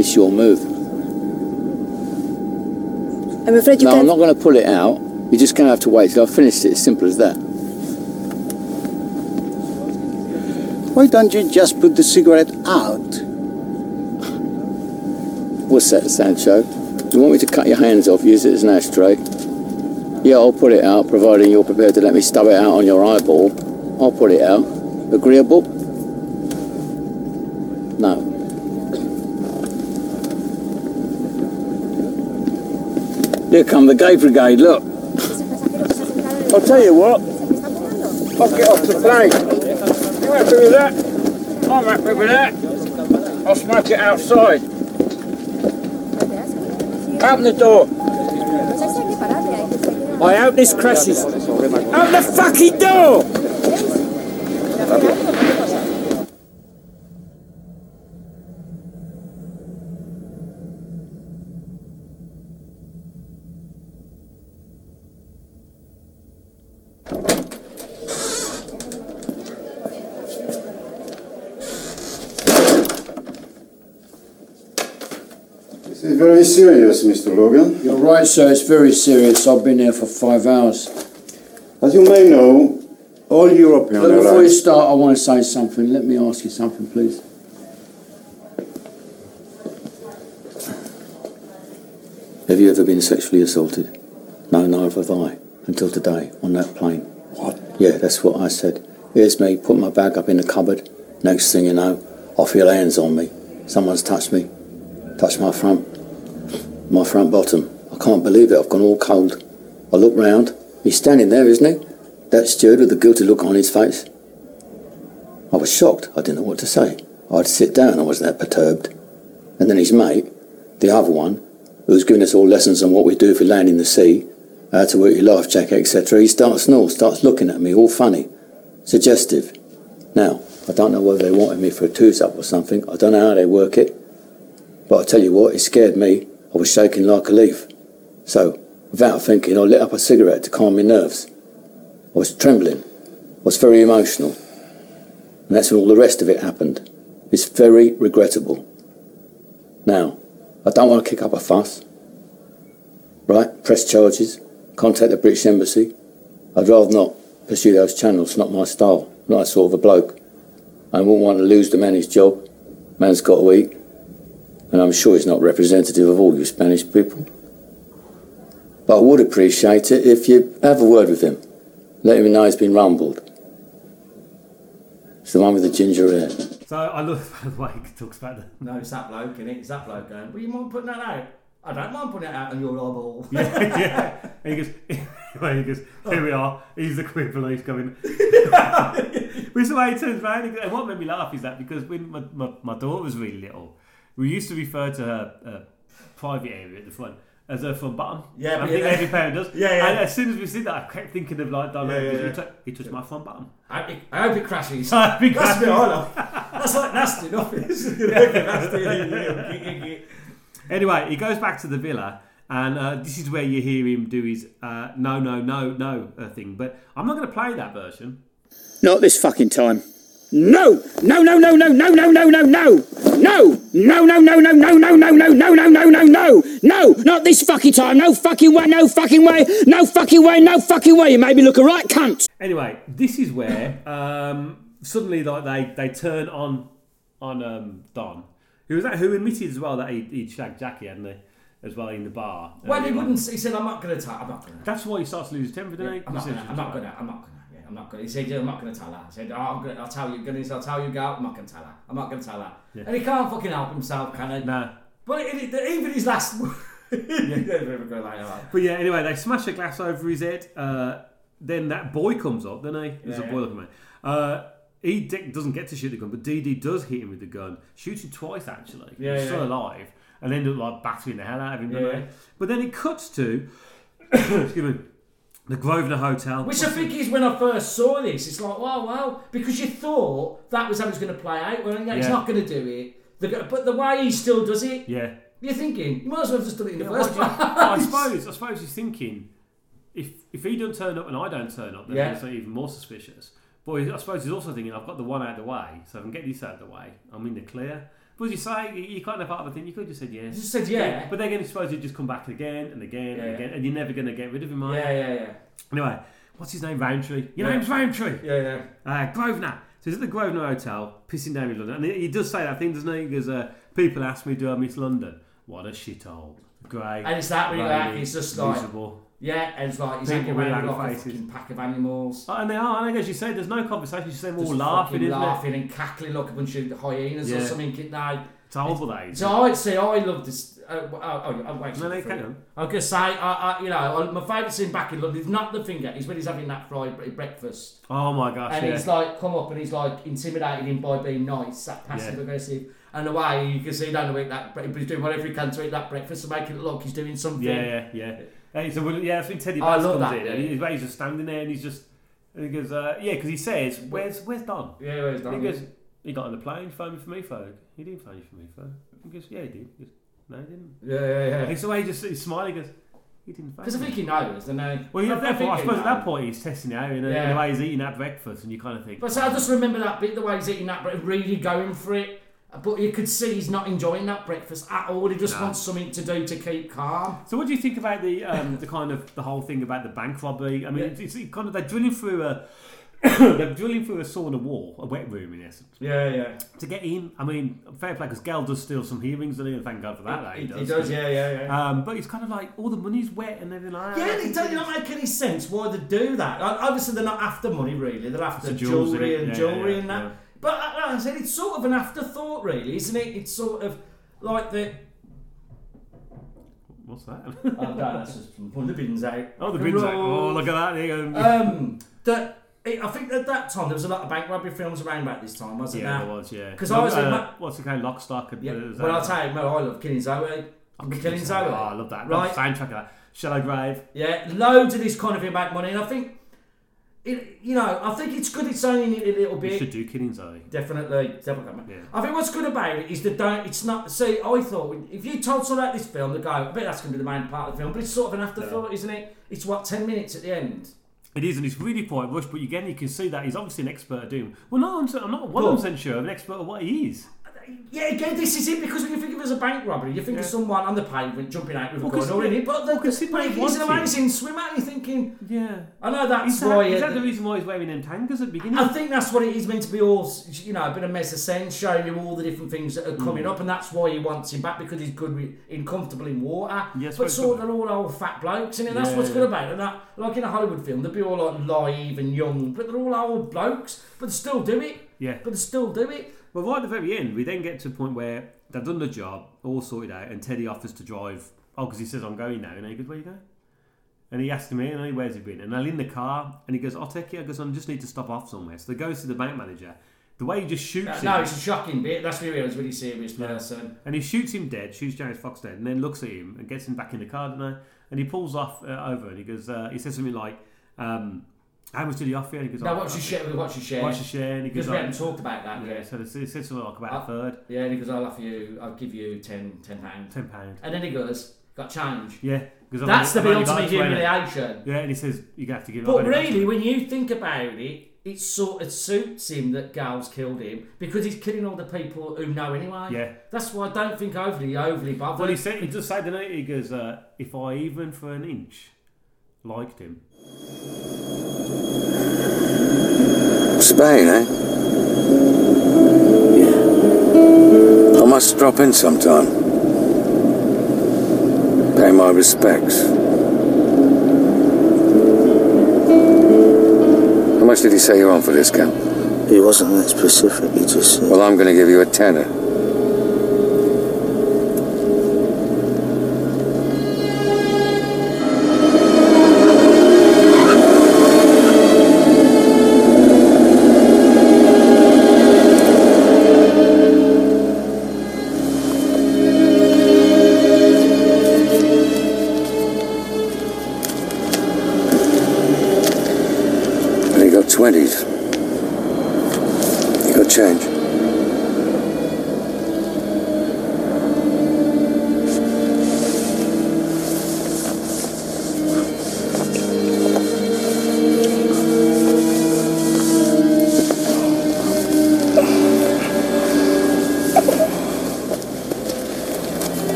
It's your move.
I'm afraid you
no, I'm
can't.
not going to pull it out. You're just going to have to wait till I've finished it. As simple as that.
Why don't you just put the cigarette out?
What's that, Sancho? You want me to cut your hands off, use it as an ashtray? Yeah, I'll put it out, providing you're prepared to let me stub it out on your eyeball. I'll put it out. Agreeable? No. Here come the gay brigade, look.
I'll tell you what. Fuck it off the plane. You happy with that? I'm happy with that. I'll smoke it outside. Open the door. I hope this crashes. Open the fucking door!
This is very serious, Mr. Logan.
You're right, sir. It's very serious. I've been here for five hours.
As you may know, all European
But before you
airlines.
start, I want to say something. Let me ask you something, please.
Have you ever been sexually assaulted? No, neither have I, until today, on that plane. What? Yeah, that's what I said. Here's me, put my bag up in the cupboard. Next thing you know, I feel hands on me. Someone's touched me. Touched my front. My front bottom. I can't believe it, I've gone all cold. I look round. He's standing there, isn't he? That steward with the guilty look on his face. I was shocked. I didn't know what to say. I had to sit down. I was that perturbed. And then his mate, the other one, who's giving us all lessons on what we do if we land in the sea, how to work your life jacket, etc. He starts snore, starts looking at me, all funny, suggestive. Now, I don't know whether they wanted me for a twos up or something. I don't know how they work it. But I tell you what, it scared me. I was shaking like a leaf. So, without thinking, I lit up a cigarette to calm my nerves. I was trembling. I was very emotional. And that's when all the rest of it happened. It's very regrettable. Now, I don't want to kick up a fuss. Right? Press charges. Contact the British Embassy. I'd rather not pursue those channels. Not my style. Not that sort of a bloke. I wouldn't want to lose the man his job. Man's got to eat. And I'm sure he's not representative of all you Spanish people. But I would appreciate it if you have a word with him. Let him know he's been rumbled. It's the one with the ginger hair.
So I love by the way he talks about the
No, it's that bloke, innit? It's that bloke going, Well, you mind putting that out? I don't mind putting it out on your eyeball.
yeah, yeah. And he goes, anyway, he goes, here we are. He's the queen police coming. Which is why he turns around. And goes- and what made me laugh is that because when my, my, my daughter was really little, we used to refer to her uh, private area at the front as her front bottom.
Yeah,
I
but
think
yeah.
every parent does.
Yeah, yeah.
And as soon as we said that, I kept thinking of like, Don
Yeah, yeah,
Lopez,
yeah.
He, tou- he touched my front bottom.
I hope it, I hope it crashes.
I hope it
That's a bit
crashes.
I love. That's like nasty enough. It's nasty.
anyway, he goes back to the villa, and uh, this is where you hear him do his uh, no, no, no, no uh, thing. But I'm not going to play that version.
Not this fucking time. No! No, no, no, no, no, no, no, no, no! No! No, no, no, no, no, no, no, no, no, no, no, no, no! No! Not this fucking time! No fucking way, no fucking way! No fucking way, no fucking way! You made me look a right cunt!
Anyway, this is where um, suddenly like they, they turn on on um, Don, who was that who admitted as well that he he'd shagged Jackie, hadn't he? As well in the bar.
Well, he
earlier on.
wouldn't. He said, "I'm not going to tell. I'm not going to."
That's why he starts losing temper, didn't he?
I'm not going to. I'm not going to. I'm not going to. Yeah, I'm not going to. He said, "I'm not going to tell her." I said, oh, I'm gonna, "I'll tell you. Gonna, I'll tell you, girl. I'm not going to tell her. I'm not going to tell her."
Yeah.
And he can't fucking help himself, can he?
No.
But it, it, even his last. yeah.
But yeah, anyway, they smash a glass over his head. Uh, then that boy comes up, doesn't he? There's
Yeah,
a
yeah.
boy looking man. Uh, he Dick doesn't get to shoot the gun, but DD does hit him with the gun. Shoots him twice, actually.
Yeah,
He's
yeah.
still alive. And end up like battering the hell out of him. don't
Yeah,
they?
yeah.
But then it cuts to, excuse me, The Grosvenor Hotel.
Which I think is when I first saw this. It's like, wow, wow, because you thought that was how it's going to play out. Well, yeah, he's
Yeah.
not going to do it. They're gonna- but the way he still does it,
Yeah.
you're thinking you might as well have just done it in the
Yeah,
first
why
place.
do you- I suppose. I suppose he's thinking, if if he don't turn up and I don't turn up, then
Yeah.
it's even more suspicious. But he- I suppose he's also thinking, I've got the one out of the way, so I can get this out of the way. I'm in the clear. But as you say, you- you can't have part of the thing. You could have just said yes.
Just said yeah.
But they're going to suppose you just come back again and again
Yeah.
and again, and you're never going to get rid of him, are you?
Yeah, yeah, yeah.
Anyway, what's his name? Roundtree. Your
Yeah.
name's Roundtree.
Yeah, yeah.
Uh, Grosvenor. So he's at the Grosvenor Hotel, pissing down in London. And he he does say that thing, doesn't he? Because uh, people ask me, do I miss London? What a shithole. Grey.
And it's that really
rainy,
like, it's just like,
miserable.
yeah, and it's like he's
People
hanging
with
around
long
like a
faces.
fucking pack of animals.
Oh, and they are, and I guess you say there's no conversation, you say them all
Just
laughing,
fucking
isn't
laughing
it?
and cackling like a bunch of hyenas or
Yeah.
something. It- No,
It's horrible that is.
So I'd say I love this. Uh, oh, oh, I'm waiting.
No, no,
for
carry
it.
on.
I was gonna say, I, I, you know, I, my favourite scene back in London is not the finger. Is when he's having that fried bre- breakfast.
Oh my gosh,
And
yeah.
he's like, come up, and he's like intimidating him by being nice, that passive
Yeah.
aggressive. And the way you can see down the week that bre- but he's doing whatever he can to eat that breakfast to make it look like he's doing something.
Yeah, yeah, yeah. Hey, so well, yeah, that's when Teddy
Oh, I
Bass
love
comes in,
that
and he's, he's just standing there, and he's just and he goes, uh, yeah, because he says, "Where's where's Don?"
Yeah, where's
And
Don,
he
yeah.
goes, "He got on the plane, phoned me for me, phone. He didn't phone you for me, phone." He goes, "Yeah, he did." He goes, "No, he didn't."
Yeah, yeah, yeah.
And so he just he's smiling, he goes, "He didn't phone."
'Cause I
me."
think he knows, don't he?
Well, yeah,
I- I
therefore, I
think he
suppose at
knows.
that point he's testing it out, and
Yeah.
the way he's eating that breakfast, and you kind of think.
But so I just remember that bit, the way he's eating that breakfast, really going for it. But you could see he's not enjoying that breakfast at all. He just
No.
wants something to do to keep calm.
So what do you think about the um, the kind of the whole thing about the bank robbery? I mean, it's, it's kind of they're drilling through a they're drilling through a sauna wall, a wet room in essence.
Yeah, yeah.
To get in, I mean, fair play because Gel does steal some hearings, doesn't he? And thank God for that. that
He-
he,
he
does.
does, yeah, yeah, yeah.
Um, but it's kind of like all the money's wet and everything like
Yeah,
that.
it doesn't not make any sense why they do that. Like, obviously, they're not after money, really. They're after
It's the jewels,
jewellery
isn't it?
and
Yeah,
jewellery
yeah,
and that.
yeah.
But uh, like I said, it's sort of an afterthought, really, isn't it? It's sort of like the.
What's that?
Oh, no, that's just from pulling the bins out.
Oh, the bins out.
Hurrah.
Oh, look at that. There you go.
Um, that I think at that time there was a lot of bank robbery films around about this time, wasn't
yeah,
there?
there was, yeah.
Because I was in
uh, what's the kind of lock stock? And, uh,
Yeah,
was
well, I'll
that-
tell you, man, I love Killing Zoe. I'm Killing Zoe.
Oh, I love that.
Right.
Right. soundtrack of that. Shallow Grave.
Yeah, loads of this kind of thing about money, and I think, it, you know, I think it's good it's only needed a little
We
bit.
should do Killing Zoe.
Definitely, definitely. I think what's good about it is the don't. It's not. See, I thought if you told someone about this film, they go, "I bet that's going to be the main part of the film," but it's sort of an afterthought, isn't it? It's what ten minutes at the end.
It is, and it's really quite rushed. But again, you can see that he's obviously an expert at doom. Well, no, I'm, I'm not one percent sure of an expert at what he is.
Yeah, again, this is it because when you think of it as a bank robbery, you think of someone on the pavement jumping out with
Well,
a gun
'cause-
or in it, but the, but he's an
wanted.
amazing swimmer. and You're thinking,
yeah,
I know that's
is that,
why.
is
uh,
that the reason why he's wearing them tangas at the beginning?
I think that's what it is meant to be all, you know, a bit of mess of sense, showing you all the different things that are coming
Mm.
up, and that's why he wants him back because he's good with, in comfortable in water.
Yes,
but
but-
sort of all old fat blokes, and that's
Yeah,
what's
yeah.
good about it. And that, like in a Hollywood film, they'd be all like live and young, but they're all old blokes, but they still do it.
Yeah.
But they still do it.
Well, right at the very end, we then get to a point where they've done the job, all sorted out, and Teddy offers to drive. Oh, because he says, I'm going now. And he goes, Where you going? And he asks me, and he, where's he been? And I'm in the car, and he goes, I'll take you. I goes, I just need to stop off somewhere. So they go to the bank manager. The way he just shoots
No,
him.
no, it's a shocking bit. That's where he was really serious
Yeah.
person.
And he shoots him dead, shoots James Fox dead, and then looks at him and gets him back in the car, doesn't he? And he pulls off uh, over and he goes, uh, he says something like, um, How much did he offer you? And he goes,
Now,
"Oh,
what's your share? What's your share?
What's your share? And he goes,
Because we haven't
"Oh."
talked about that
Yeah,
yet. Uh, Oh.
so he says something like about a third.
Yeah, and he goes, I'll offer you, I'll give you 10 £10.
Ten pound.
And then he goes, got change.
Yeah. because
That's the
I've only-
bit
I've
ultimate
only got 20.
humiliation.
Yeah, and he says, You have to give I've
But
only got
really, when you think about it, it sort of suits him that Gal's killed him because he's killing all the people who know anyway.
Yeah.
That's why I don't think overly, overly bothered.
Well, he said he does say the note. He goes, uh, "If I even for an inch liked him,
Spain, eh? Yeah. I must drop in sometime. Pay my respects.
How much did he say you're on for this, Cal?
He wasn't that specific, he just said.
Well, I'm going to give you a tenner. twenties. You got change?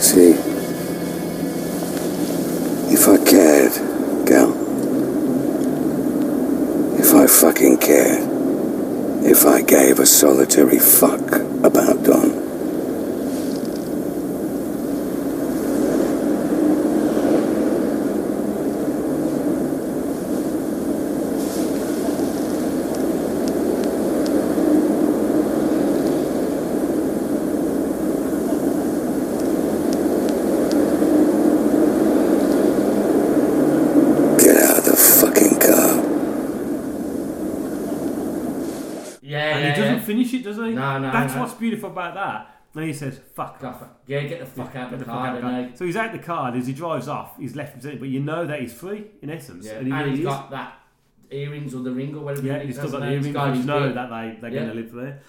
See, if I cared, gal, if I fucking cared, if I gave a solitary fuck about Don, get out of the fucking car.
Yeah,
And
yeah,
he doesn't
yeah.
finish it, does he?
No, no,
That's
no.
what's beautiful about that. Then he says, "Fuck off."
Yeah, get the fuck out of the car,
the
don't
So he's out the car. and As he drives off, he's left himself. But you know that he's free in essence,
Yeah,
and he
and
really
he's
is.
got that earrings or the ring or whatever.
Yeah,
it
he's
is,
still got
hasn't
the
he?
earrings.
He's got
I just
his
know
big-
that they they're
Yeah.
going to live there.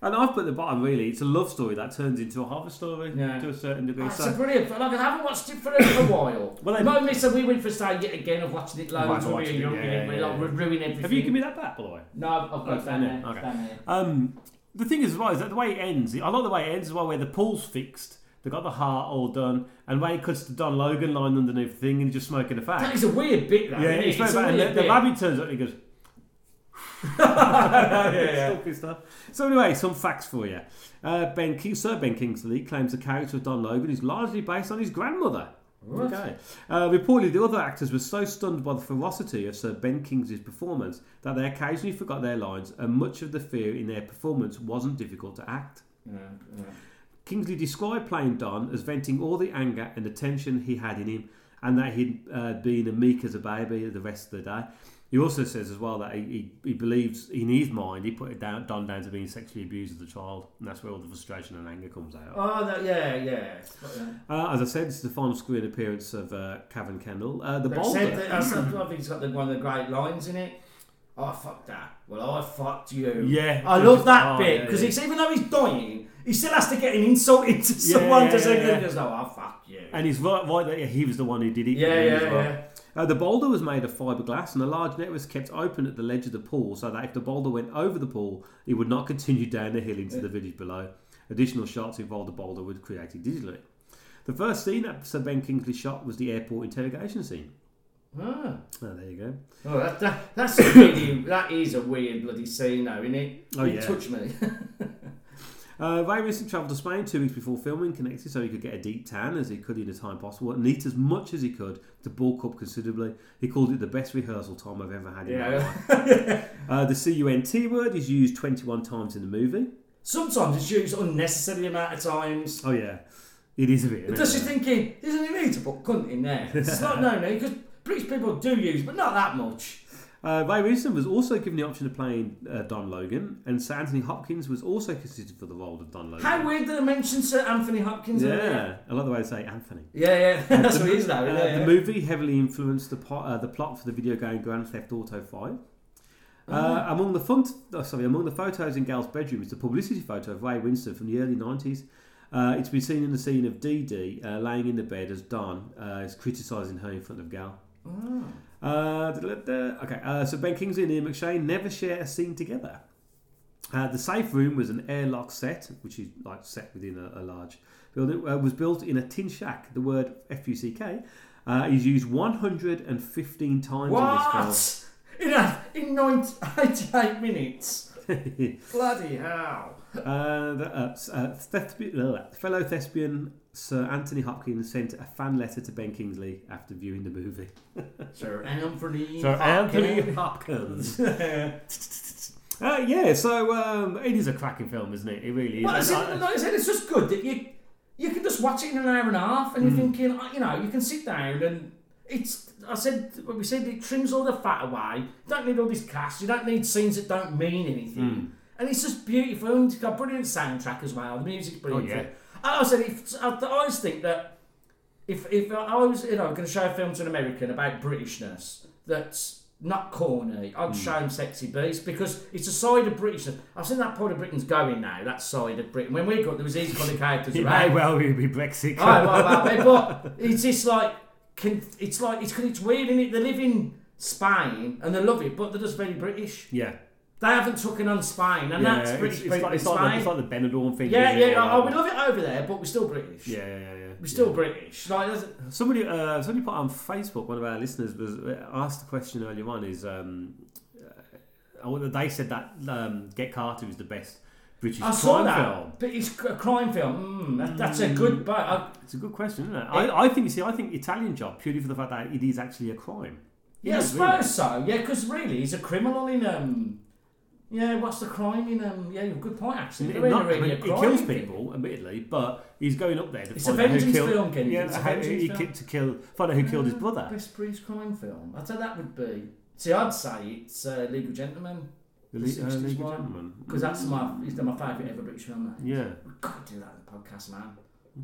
And I've put at the bottom really. It's a love story that turns into a harvest story
Yeah.
to a certain degree.
That's
so
a brilliant. Like I haven't watched it for a little while.
Well,
well,
then-
no, Mister, we went for saying it again. I've watched it
I've watched
loads. when we
it,
were young,
yeah,
and we,
yeah,
like,
yeah.
ruin everything.
have you given me that back by the way?
No, I've I've got
Oh,
it down there.
okay.
down there.
Um, the thing is, as well, is that the way it ends, I like the way it ends as well, where the pool's fixed, they've got the heart all done, and when it cuts to Don Logan lying underneath the thing and just smoking a fag.
That is a weird bit, though.
yeah,
isn't it?
it's,
It's a
very bad. And
weird
the, the
bit.
rabbit turns up and he goes,
yeah.
Still pissed off. So anyway, some facts for you. Uh, ben King, Sir Ben Kingsley claims the character of Don Logan is largely based on his grandmother.
What?
Okay. Uh, reportedly, the other actors were so stunned by the ferocity of Sir Ben Kingsley's performance that they occasionally forgot their lines, and much of the fear in their performance wasn't difficult to act.
Yeah, yeah.
Kingsley described playing Don as venting all the anger and the tension he had in him, and that he'd uh, been a meek as a baby the rest of the day. He also says as well that he, he, he believes in his mind he put it down, Don down to being sexually abused as a child, and that's where all the frustration and anger comes out.
Oh, that, yeah, yeah. It's got that.
Uh, as I said, this is the final screen appearance of uh, Cavan Kendall. Uh, the
Except that- I said-
boulder.
I think it's got the, one of the great lines in it. I fucked that. Well, I fucked you.
Yeah.
I love that
Oh,
bit
yeah,
because
yeah.
it's even though he's dying, he still has to get an insult into
Yeah,
someone.
yeah,
does
yeah,
he?
yeah.
He goes, "No, I fuck you."
And he's right, right that he was the one who did it.
Yeah,
really, as
yeah,
well.
yeah.
Uh, the boulder was made of fiberglass, and a large net was kept open at the ledge of the pool so that if the boulder went over the pool, it would not continue down the hill into the village below. Additional shots involved the boulder were created digitally. The first scene that Sir Ben Kingsley shot was the airport interrogation scene.
Ah.
Oh, there you go.
Oh, that, that, that's a really, that is a weird bloody scene, though, isn't it?
Oh,
You
yeah.
touch me.
Uh, Ray Winston travelled to Spain two weeks before filming Connected so he could get a deep tan as he could in the time possible and eat as much as he could to bulk up considerably. He called it the best rehearsal time I've ever had in my life. Uh, the C-U-N-T word is used 21 times in the movie.
Sometimes it's used unnecessary amount of times.
Oh, yeah. It is a bit. isn't
But just
it?
you thinking, isn't it need to put cunt in there? It's not no need because British people do use, but not that much.
Uh, Ray Winston was also given the option of playing uh, Don Logan, and Sir Anthony Hopkins was also considered for the role of Don Logan.
How weird that I mentioned Sir Anthony Hopkins. in there.
yeah, I like the way I say Anthony.
Yeah, yeah, that's what he is now.
Uh,
isn't it?
The
yeah.
movie heavily influenced the, po- uh, the plot for the video game Grand Theft Auto 5. Uh,
Ah.
among the fun, oh, sorry, among the photos in Gal's bedroom is the publicity photo of Ray Winston from the early 90s. Uh, it's been seen in the scene of Dee Dee uh, laying in the bed as Don uh, is criticising her in front of Gal.
Ah.
Uh, da- da- da. okay, uh, so Ben Kingsley and Ian McShane never share a scene together. Uh, the safe room was an airlock set, which is like set within a, a large building. Uh, was built in a tin shack. The word F-U-C-K uh, is used 115 times in this
What? In, a, in 90 88 minutes.
film.
Bloody hell.
Uh, the, uh, s- uh, thespi- uh, fellow thespian Sir Anthony Hopkins sent a fan letter to Ben Kingsley after viewing the movie.
Sir Anthony
Sir
Hopkins.
Anthony Hopkins. Uh, yeah, so um, it is a cracking film, isn't it? It really is. uh,
Well, it's,
I- I-
like I said, it's just good that you you can just watch it in an hour and a half, and you're
Hmm.
thinking, uh, you know, you can sit down and it's. I said, what
Hmm.
we said it trims all the fat away. You don't need all this cast. You don't need scenes that don't mean anything. and it's just beautiful. And it's got a brilliant soundtrack as well. The music's brilliant.
Oh, yeah.
And I said, if, I, I always think that if if I was you know going to show a film to an American about Britishness that's not corny, I'd
Mm.
show him Sexy Beast because it's a side of Britishness. I've seen that part of Britain's going now. That side of Britain. When we got there was these kind of characters
It
around.
may well be be Brexit.
Oh, well, well, but it's just like can, it's like it's 'cause it's weird, is it? They live in Spain and they love it, but they're just very British.
yeah.
They haven't taken on Spain, and
yeah,
that's British
it's, it's,
people
like, it's,
in
like the, it's
Spain.
like the Benidorm thing.
yeah,
isn't
yeah,
it?
I, I- we love it over there, but we're still British.
Yeah, yeah, yeah, yeah.
We're still British. Like, that's-
Somebody, uh, somebody put on Facebook. One of our listeners was uh, asked the question earlier on. Is um, uh, oh, they said that um, Get Carter is the best British
I
crime
saw that,
film.
but it's a crime film. Mm, that, that's a good. But uh, I,
It's a good question, isn't it? I, I think you see, I think Italian job purely for the fact that it is actually a crime. It
yeah, I
is,
suppose
really.
so. Yeah, because really, he's a criminal in um. Yeah, what's the crime in um? Yeah, good point actually.
It,
There ain't
not-
really
I
a
mean,
crime
it kills
thing.
people, admittedly, but he's going up there to
It's a
find out who
vengeance
killed.
film, Kenny.
Yeah,
It's a
how- who
vengeance
he
film.
ki- to kill, find out who killed his brother.
Best British crime film. I'd say that would be. See, I'd say it's uh, Legal Gentleman.
The Le- uh, Legal Gentleman. Mm.
Because that's my, it's my favourite ever British film. That is.
Yeah.
we got to do that in the podcast, man.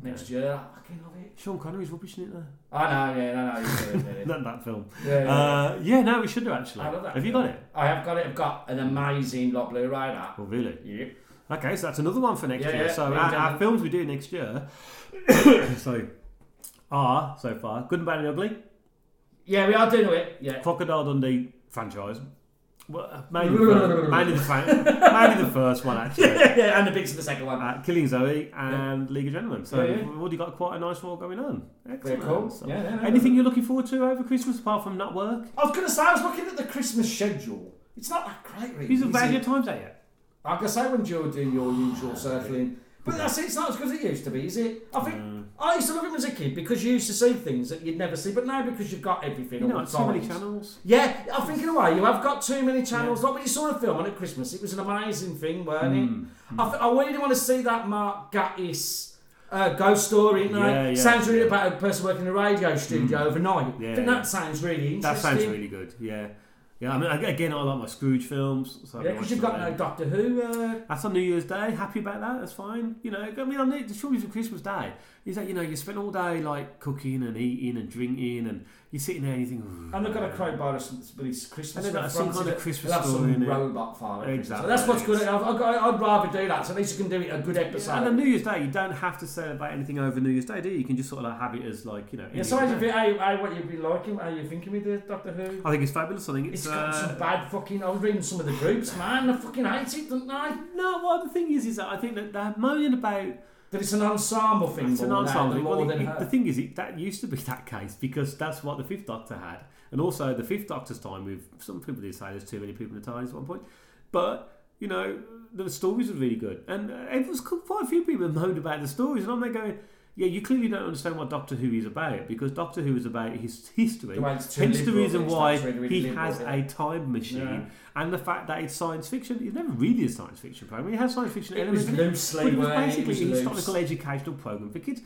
Next year, I fucking love it.
Sean Connery's rubbish in it though.
I know, yeah, I know. he's doing it.
Not that film.
Yeah, yeah,
Uh, yeah, no, we should do actually.
I love that
Have you
film.
got it?
I have got it. I've got an amazing lot Blu-ray that.
Oh, really?
Yep.
Okay, so that's another one for next
Yeah,
year.
yeah,
so
yeah,
our, our
definitely.
films we do next year, so are so far Good and Bad and Ugly,
Yeah, we are doing it. Yeah.
Crocodile Dundee franchise. Well, uh, mainly, the first, mainly, the fran- mainly the first one actually.
yeah, and the bits of the second one.
Uh, Killing Zoe and League of Gentlemen. So
Yeah, yeah.
we've already got quite a nice war going on. Excellent.
cool.
So
Yeah, yeah, yeah.
anything you're looking forward to over Christmas apart from not work?
I was going to say, I was looking at the Christmas schedule. It's not that great, really.
These are
is
bad
it?
your times out yet.
Like I say, when you're doing your usual circling. But that's it, it's not as good as it used to be, is it? I think I used to love him as a kid because you used to see things that you'd never see, but now because you've got everything
You
all
know,
the
so many
time.
channels.
Yeah, I think in a way you have got too many channels. Like when you saw the film on at Christmas, it was an amazing thing, weren't
Mm,
it? I, th- I really want to see that Mark Gatiss uh, ghost story. You know?
Yeah, yeah, Mm.
sounds really about a person working in a radio studio overnight.
Yeah,
I think
yeah.
that sounds really interesting.
That sounds really good. Yeah, yeah. I mean, ag- again, I like my Scrooge films. So I've
Yeah,
been
because you've
watching
got
them.
no Doctor Who. Uh,
That's on New Year's Day. Happy about that. That's fine. You know, I mean, on the the shortage of Christmas Day is that you know you spend all day like cooking and eating and drinking, and you're sitting there and you think. "Ooh."
And they've got a crowbar of some, but it's
And
Christmas.
they've got some
reference,
kind of
they'll
Christmas
have
story in
some
it.
robot father.
Exactly.
So that's what's good. I've, I've got, I'd rather do that. So at least you can do it a good episode.
And on New Year's Day, you don't have to celebrate anything over New Year's Day, do you? You can just sort of like have it as like you know.
yeah,
any
so
other
how you
day.
feel, how, you- how, what you've been liking, how you thinking with the Doctor Who?
I think it's fabulous. I think it's,
It's got
uh,
some bad fucking. I was reading some of the groups, man. I fucking hate it, don't I?
No, well, the thing is, is that I think that they're moaning about
That it's an ensemble thing.
It's an
more now,
ensemble.
than
Well,
more
the,
than
it-
her.
the thing is, it, that used to be that case because that's what the Fifth Doctor had, and also the Fifth Doctor's time. With some people did say there's too many people in the TARDIS at one point, but you know the stories were really good, and uh, it was co- quite a few people moaned about the stories, and I'm there going. Yeah, you clearly don't understand what Doctor Who is about because Doctor Who is about his history.
The way it's too
Hence the
liberal,
reason
it's
why
actually really
he
liberal,
has
yeah.
a time machine
Yeah.
and the fact that it's science fiction. It's never really a science fiction program. It has science fiction
It
elements.
was
in it,
loosely
but it was
worded, it
basically
was
a
loose.
historical educational program for kids.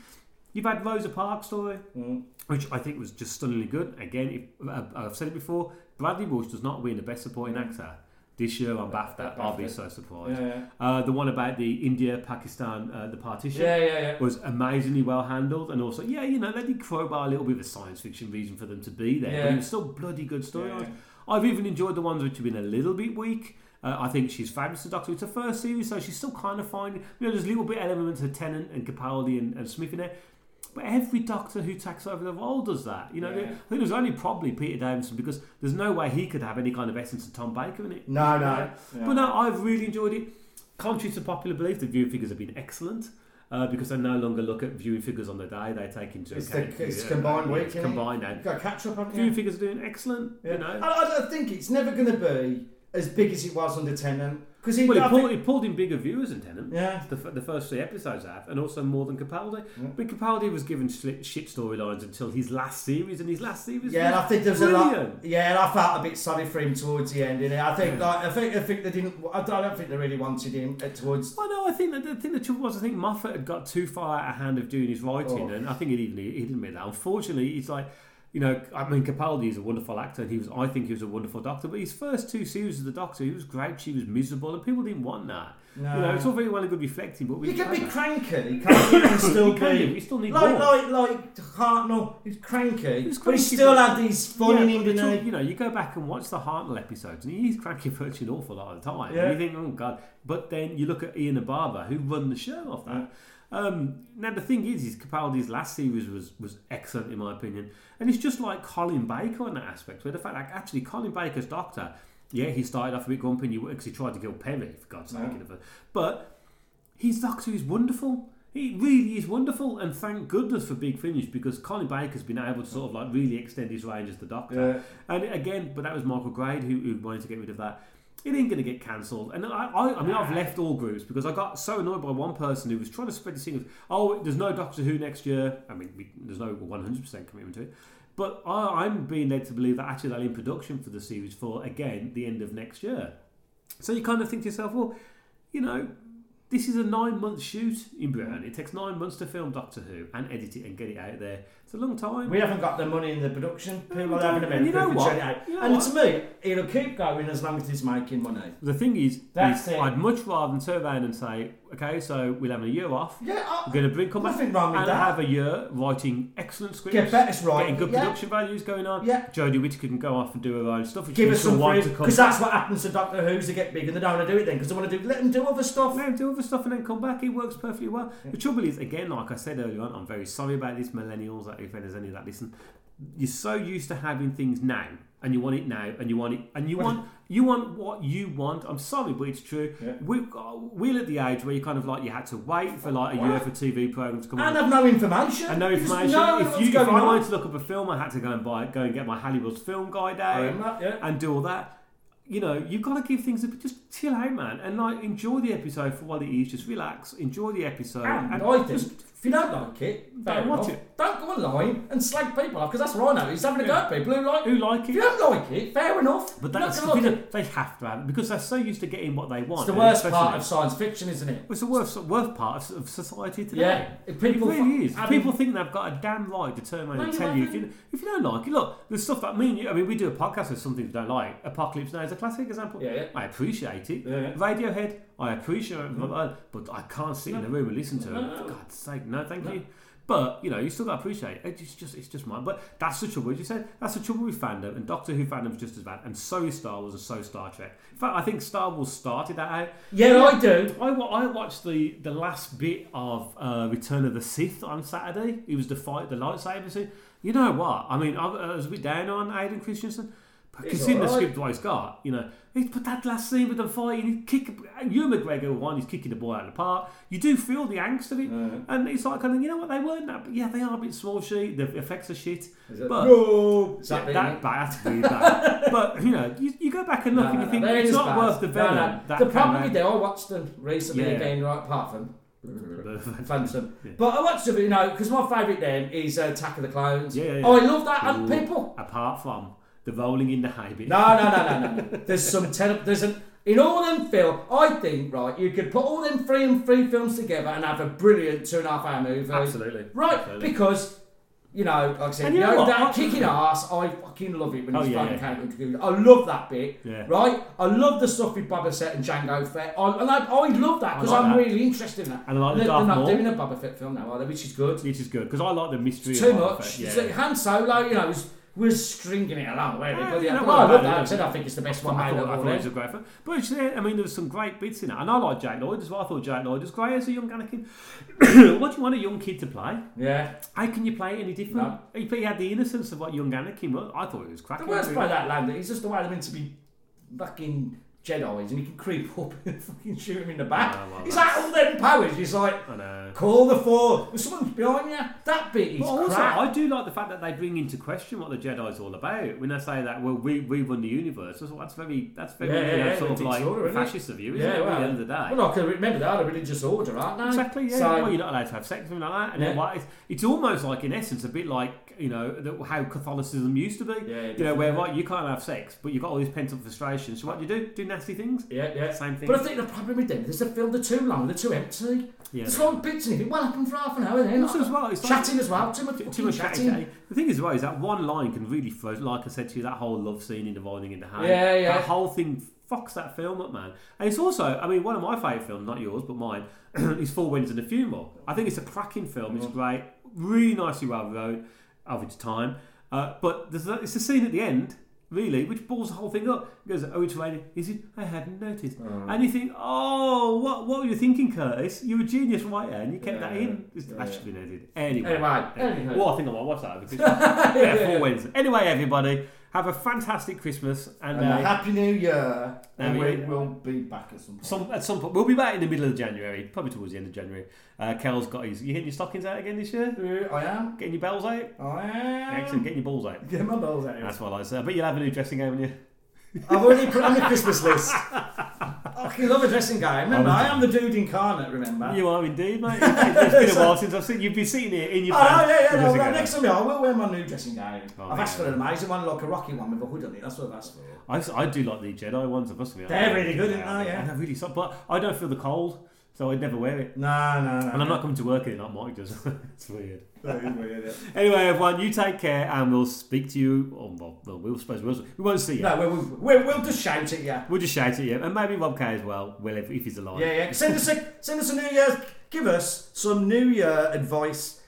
You've had Rosa Parks' story,
Mm.
which I think was just stunningly good. Again, if, uh, I've said it before, Bradley Walsh does not win the Best Supporting Actor this year on BAFTA. I'll be
Mm. BAFTA.
so surprised.
Yeah, yeah.
Uh, the one about the India Pakistan uh, the partition
Yeah, yeah, yeah.
was amazingly well handled, and also yeah, you know they did crowbar a little bit of a science fiction reason for them to be there, but
Yeah.
it was still bloody good storylines.
Yeah.
I've even enjoyed the ones which have been a little bit weak. Uh, I think she's fabulous. The Doctor. It's her first series, so she's still kind of finding. You know, there's little bit elements of Tennant and Capaldi and, and Smith in there. But every Doctor who takes over the role does that. You know,
Yeah.
I think it was only probably Peter Davison because there's no way he could have any kind of essence of Tom Baker in it.
No, no.
But no, I've really enjoyed it. Contrary to popular belief, the viewing figures have been excellent uh, because they no longer look at viewing figures on the day. They take into
It's,
account.
the, it's
yeah,
combined
yeah,
week.
It's
innit?
combined now.
You've got to catch up, haven't you?
Viewing figures are doing excellent. You know.
I, I don't think it's never going to be as big as it was under Tennant because he.
well,
I
it pulled,
think-
it pulled in bigger viewers than Tennant.
Yeah. Mm.
The, f- the first three episodes have, and also more than Capaldi. But Capaldi was given shit, shit storylines until his last series, and his last series.
Yeah, and
was
I think there was a
brilliant.
lot. Yeah, and I felt a bit sorry for him towards the end. You know, I think like I think I think they didn't. I don't, I don't think they really wanted him at- towards.
Well, no, I think that the thing the trouble was, I think Moffat had got too far out of hand of doing his writing,
Oh.
and I think he even he didn't admit that. Unfortunately, he's like you know, I mean, Capaldi is a wonderful actor, and he was, I think, he was a wonderful Doctor. But his first two series of the Doctor, he was grouchy, he was miserable, and people didn't want that.
No.
You know, it's all very well and good reflecting, but we
You can be
that.
cranky, can't you? And still
You can
be.
be, but you still need
like,
more.
like, like Hartnell, who's cranky,
He was
but
cranky,
he still
but-
had these fun
Yeah,
in
but
him,
it's all-
didn't he?
You know, you go back and watch the Hartnell episodes, and he's cranky virtually an awful lot of the time.
Yeah.
And you think, oh god. But then you look at Ian Ababa, who run the show off that. Um, now the thing is, is Capaldi's last series was was excellent in my opinion, and it's just like Colin Baker in that aspect, where the fact like actually Colin Baker's Doctor, yeah, he started off a bit grumpy and you because he tried to kill Perry for God's sake,
Yeah.
you know, but his Doctor is wonderful. He really is wonderful, and thank goodness for Big Finish because Colin Baker's been able to sort of like really extend his range as the Doctor. And again, but that was Michael Grade who, who wanted to get rid of that. It ain't going to get cancelled. And I, I, I mean, I've left all groups because I got so annoyed by one person who was trying to spread this thing of, oh, there's no Doctor Who next year. I mean, we, there's no 100% commitment to it. But I, I'm being led to believe that actually they're in production for the series for, again, the end of next year. So you kind of think to yourself, well, you know, this is a nine month shoot in Britain. It takes nine months to film Doctor Who and edit it and get it out there. It's a long time.
We haven't got the money in the production. People
we
haven't
don't.
been
And you know
able to
what?
check it out.
You know
and
what?
to me, it'll keep going as long as he's making money.
The thing is,
That's
is
it.
I'd much rather than turn around and say, okay, so we'll have a year off.
Yeah, I-
we're going to bring come back
nothing wrong with
and
that.
have a year writing excellent scripts,
Get better writing,
getting good
yeah.
production values going on.
Yeah.
Jodie Whittaker can go off and do her own stuff. Which
Give
we
us
still
some
want
free,
to come
because that's what happens to Doctor Who's. They get big and they don't want to do it then because they want to do. Let them do other stuff.
Let them do other stuff and then come back. It works perfectly well. The trouble is, again, like I said earlier on, I'm very sorry about this, millennials. Like if there's any of that, listen. You're so used to having things now, and you want it now, and you want it, and you want you want what you want. I'm sorry, but it's true. We, we're at the age where you kind of like you had to wait for like a year for TV programs to come
And
on.
have no information.
And no
You just
information.
know
if
what's
you, if
going
I
on.
wanted to look up a film, I had to go and buy, go and get my Hollywood's film guide out
Remember, yeah.
and do all that. You know, you've got to give things a bit. Just chill out, man, and like enjoy the episode for what it is. Just relax, enjoy the episode,
And I think
just
if you don't like it, fair
Don't watch
enough. Don't go online and slag people off because that's what I know. He's having a go at people who like
who like it.
If you don't like it, fair enough.
But
You're not
that's you
gonna like
know,
it.
they have to have because they're so used to getting what they want.
It's the
and
worst part
especially-
of science fiction, isn't it?
It's the worst, worst part of, of society today.
Yeah, if people
it really
fu-
is.
I
people
mean-
think they've got a damn right to turn around
No,
and
you
tell you if, you
haven't.
if you don't like it. Look, there's stuff that me and you. I mean, we do a podcast with something we don't like. Apocalypse Now is a classic example.
Yeah, yeah.
I appreciate it.
Yeah, yeah.
Radiohead, I appreciate it, but I can't sit in a room and listen to
No,
it.
no,
For
no.
God's sake, no, thank
No.
you. But you know, you still got to appreciate it. It's just, it's just mine. But that's the trouble. As you said, that's the trouble with fandom, and Doctor Who fandom's just as bad, and so is Star Wars, and so is Star Trek. In fact, I think Star Wars started that out.
Yeah, I do.
I, wa- I watched the, the last bit of uh, Return of the Sith on Saturday. It was the fight, the lightsaber scene. You know what? I mean, I, I was a bit down on Aiden Christensen, but
He's
considering the
alright.
script what he's got, you know, he's put that last scene with them fighting, he kick, you McGregor one, he's kicking the ball out of the park. You do feel the angst of it, and it's like, kind of, you know what? They weren't that, but yeah, they are a bit small sheet. The effects are shit,
that-
but
No! Is
that,
that being
that
it?
bad, that's really bad. but you know, you, you go back and look,
No,
and
no,
you think
no, they're
it's
just
not
bad.
worth the
No,
venom.
no.
that
The
came
problem
out.
with them, I watched them recently
Yeah.
again, right apart from Phantom. But I watched them, you know, because my favourite then is uh, Attack of the Clones.
Yeah, yeah, yeah.
Oh, I love that. And
Ooh,
people
Apart from the rolling in the high bit.
No, no, no, no, no, no. There's some ten. There's an in all them film. I think right, you could put all them three and three films together and have a brilliant two and a half hour movie.
Absolutely.
Right,
Absolutely.
because. You know, like I said,
And
you
you know
know,
what?
that kicking ass, I fucking love it when
Oh,
he's
yeah,
playing
yeah.
Count Dooku. I love that bit,
Yeah.
right? I love the stuff with Boba Fett and Django Fett. I, and I, I love
I
that because
like
I'm
that.
really interested in that.
And I like the
they're,
Darth
they're not
Maul.
doing a Boba Fett film now, are they? Which is good.
Which is good because I like the mystery.
It's
of
too
Boba
much.
Fett, Yeah.
It's like Han Solo, you know, was, was stringing it along, weren't he?
Yeah,
But
you
yeah,
know
but
what
I
about
love
it,
that. I
don't
said
you?
I think it's the best
I
one made
thought,
of
I
all
thought it was a
them.
great film. But it's, uh, I mean, there was some great bits in it, and I like Jake Lloyd as well. I thought Jake Lloyd was great as a young Anakin. what do you want a young kid to play?
Yeah.
How can you play it any different?
No.
He, he had the innocence of what young Anakin was. I thought it was
The
cracking.
worst by that land, it's just the way they're meant to be fucking Jedi's and you can creep up and fucking shoot him in the back.
Oh, I know, well,
He's like all them powers. He's like,
I know.
call the four. There's someone behind you. That bit is
But also,
crap.
I do like the fact that they bring into question what the Jedi's all about when they say that well, we we run the universe. That's, that's very that's very you
Yeah,
know,
yeah,
sort of
it's
like
order, isn't it?
fascist of you, isn't it? at the end of the day,
Well, I can remember they had a religious order, aren't they?
Exactly. Yeah.
So,
well, you're not allowed to have sex, something like that. And then
Yeah.
what? It's, it's almost like, in essence, a bit like you know the, how Catholicism used to be.
yeah,
you know, where
definitely.
right, you can't have sex, but you've got all these pent up frustrations. So what do you do? Do nasty things.
Yeah, yeah.
Same thing.
But I think the problem with them is the film, they're too long, they're too empty.
Yeah.
It's like bits minutes and if it well happened for half an hour then.
Also as well, it's like-
chatting as well, too much,
Too
fucking
much
chatting.
chatting. The thing is, right, is that one line can really throw, like I said to you, that whole love scene in Dividing in the Hand.
Yeah, yeah.
That whole thing fucks that film up, man. And it's also, I mean, one of my favourite films, not yours, but mine, is Four Winds and a Funeral. I think it's a cracking film. It's great. Really nicely well wrote, of its time. Uh, but there's a, it's a scene at the end, really, which balls the whole thing up. It goes, oh, it's raining. Is it? I hadn't noticed. And you think, oh, what, what were you thinking, Curtis? You were a genius right there, and you kept that in. It's actually no, did. Anyway.
Anyway, anyway.
Well, I think I might watch that. Because, yeah,
Yeah.
four wins. Anyway, everybody, have a fantastic Christmas and,
And a
uh,
happy new year.
There
and
we
we
go.
will be back at some point.
some at some point. We'll be back in the middle of January, probably towards the end of January. Uh, Kel's got his. You hitting your stockings out again this year?
I am.
Getting your bells out.
I am.
Excellent. Getting your balls out.
Get my balls out.
That's what I like. So, but you'll have a new dressing gown, won't you?
I've already put on the Christmas list. I fucking love a dressing guy. Remember, I am the dude incarnate, remember?
You are indeed, mate. It's been a while since I've seen you've been sitting here in
Oh,
your.
no,
pants
yeah,
with
yeah, no,
dressing
right,
gown.
next time I will wear my new dressing gown. I've
man.
asked for an amazing one, like a rocky one with a hood on it. That's what I've asked for.
I, s- I do like the Jedi ones, I must admit.
They're
I-
really good, aren't they? Yeah.
And they're really soft, but I don't feel the cold, so I'd never wear it.
No, no, no.
And I'm not coming to work in it like Mike does. it's weird.
That is weird, yeah.
Anyway, everyone, you take care, and we'll speak to you. Or, well, well, we'll suppose we'll, we won't see you.
No, we'll, we'll, we'll just shout at you.
We'll just shout at you, and maybe Rob K as well. Well, if, if he's alive.
Yeah, yeah. Send us a send us a New Year's. Give us some New Year advice.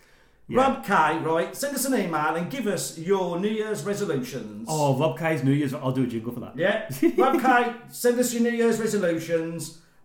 Rob K, right? Send us an email and give us your New Year's resolutions.
Oh, Rob K's New Year's. I'll do a jingle for that.
Yeah. Rob K, send us your New Year's resolutions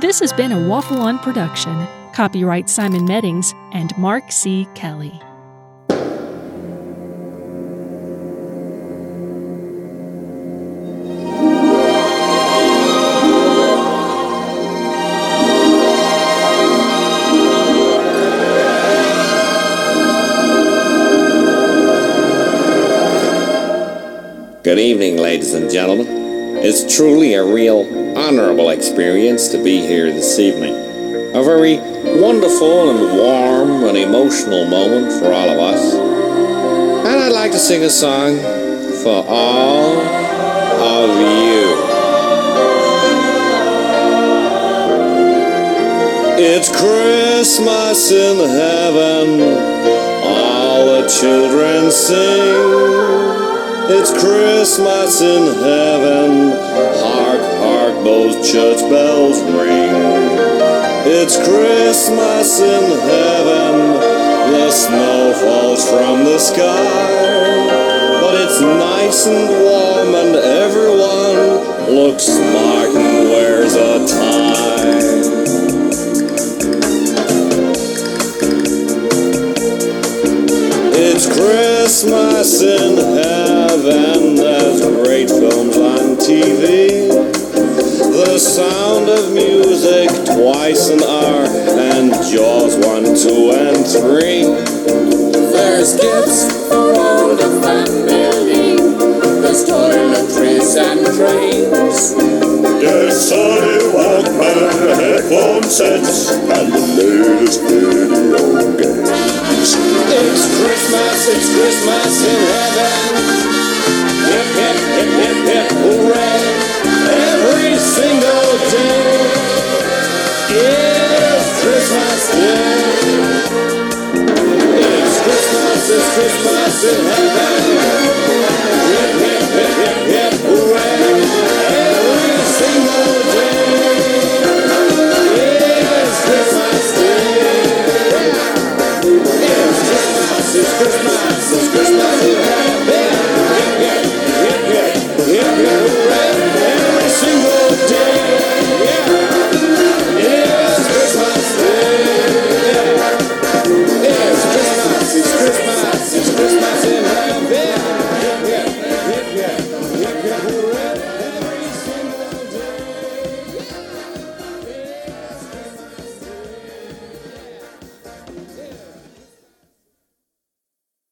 This has been a Waffle On production. Copyright Simon Meddings and Mark C. Kelly.
Good evening, ladies and gentlemen. It's truly a real honorable experience to be here this evening. A very wonderful and warm and emotional moment for all of us. And I'd like to sing a song for all of you. It's Christmas in heaven. All the children sing. It's Christmas in heaven. Hark, hark, those church bells ring. It's Christmas in heaven. The snow falls from the sky. But it's nice and warm, and everyone looks smart and wears a tie. It's Christmas in heaven. There's great films on TV. The sound of music twice an hour, and Jaws 1, 2, and 3. There's gifts for all the family. There's toiletries and trains. There's Sony Walkman headphone sets and the latest video games. It's Christmas, it's Christmas in heaven. Hip, hip, hip, hip, hip, hooray. Every single day is Christmas Day. It's Christmas, it's Christmas in heaven.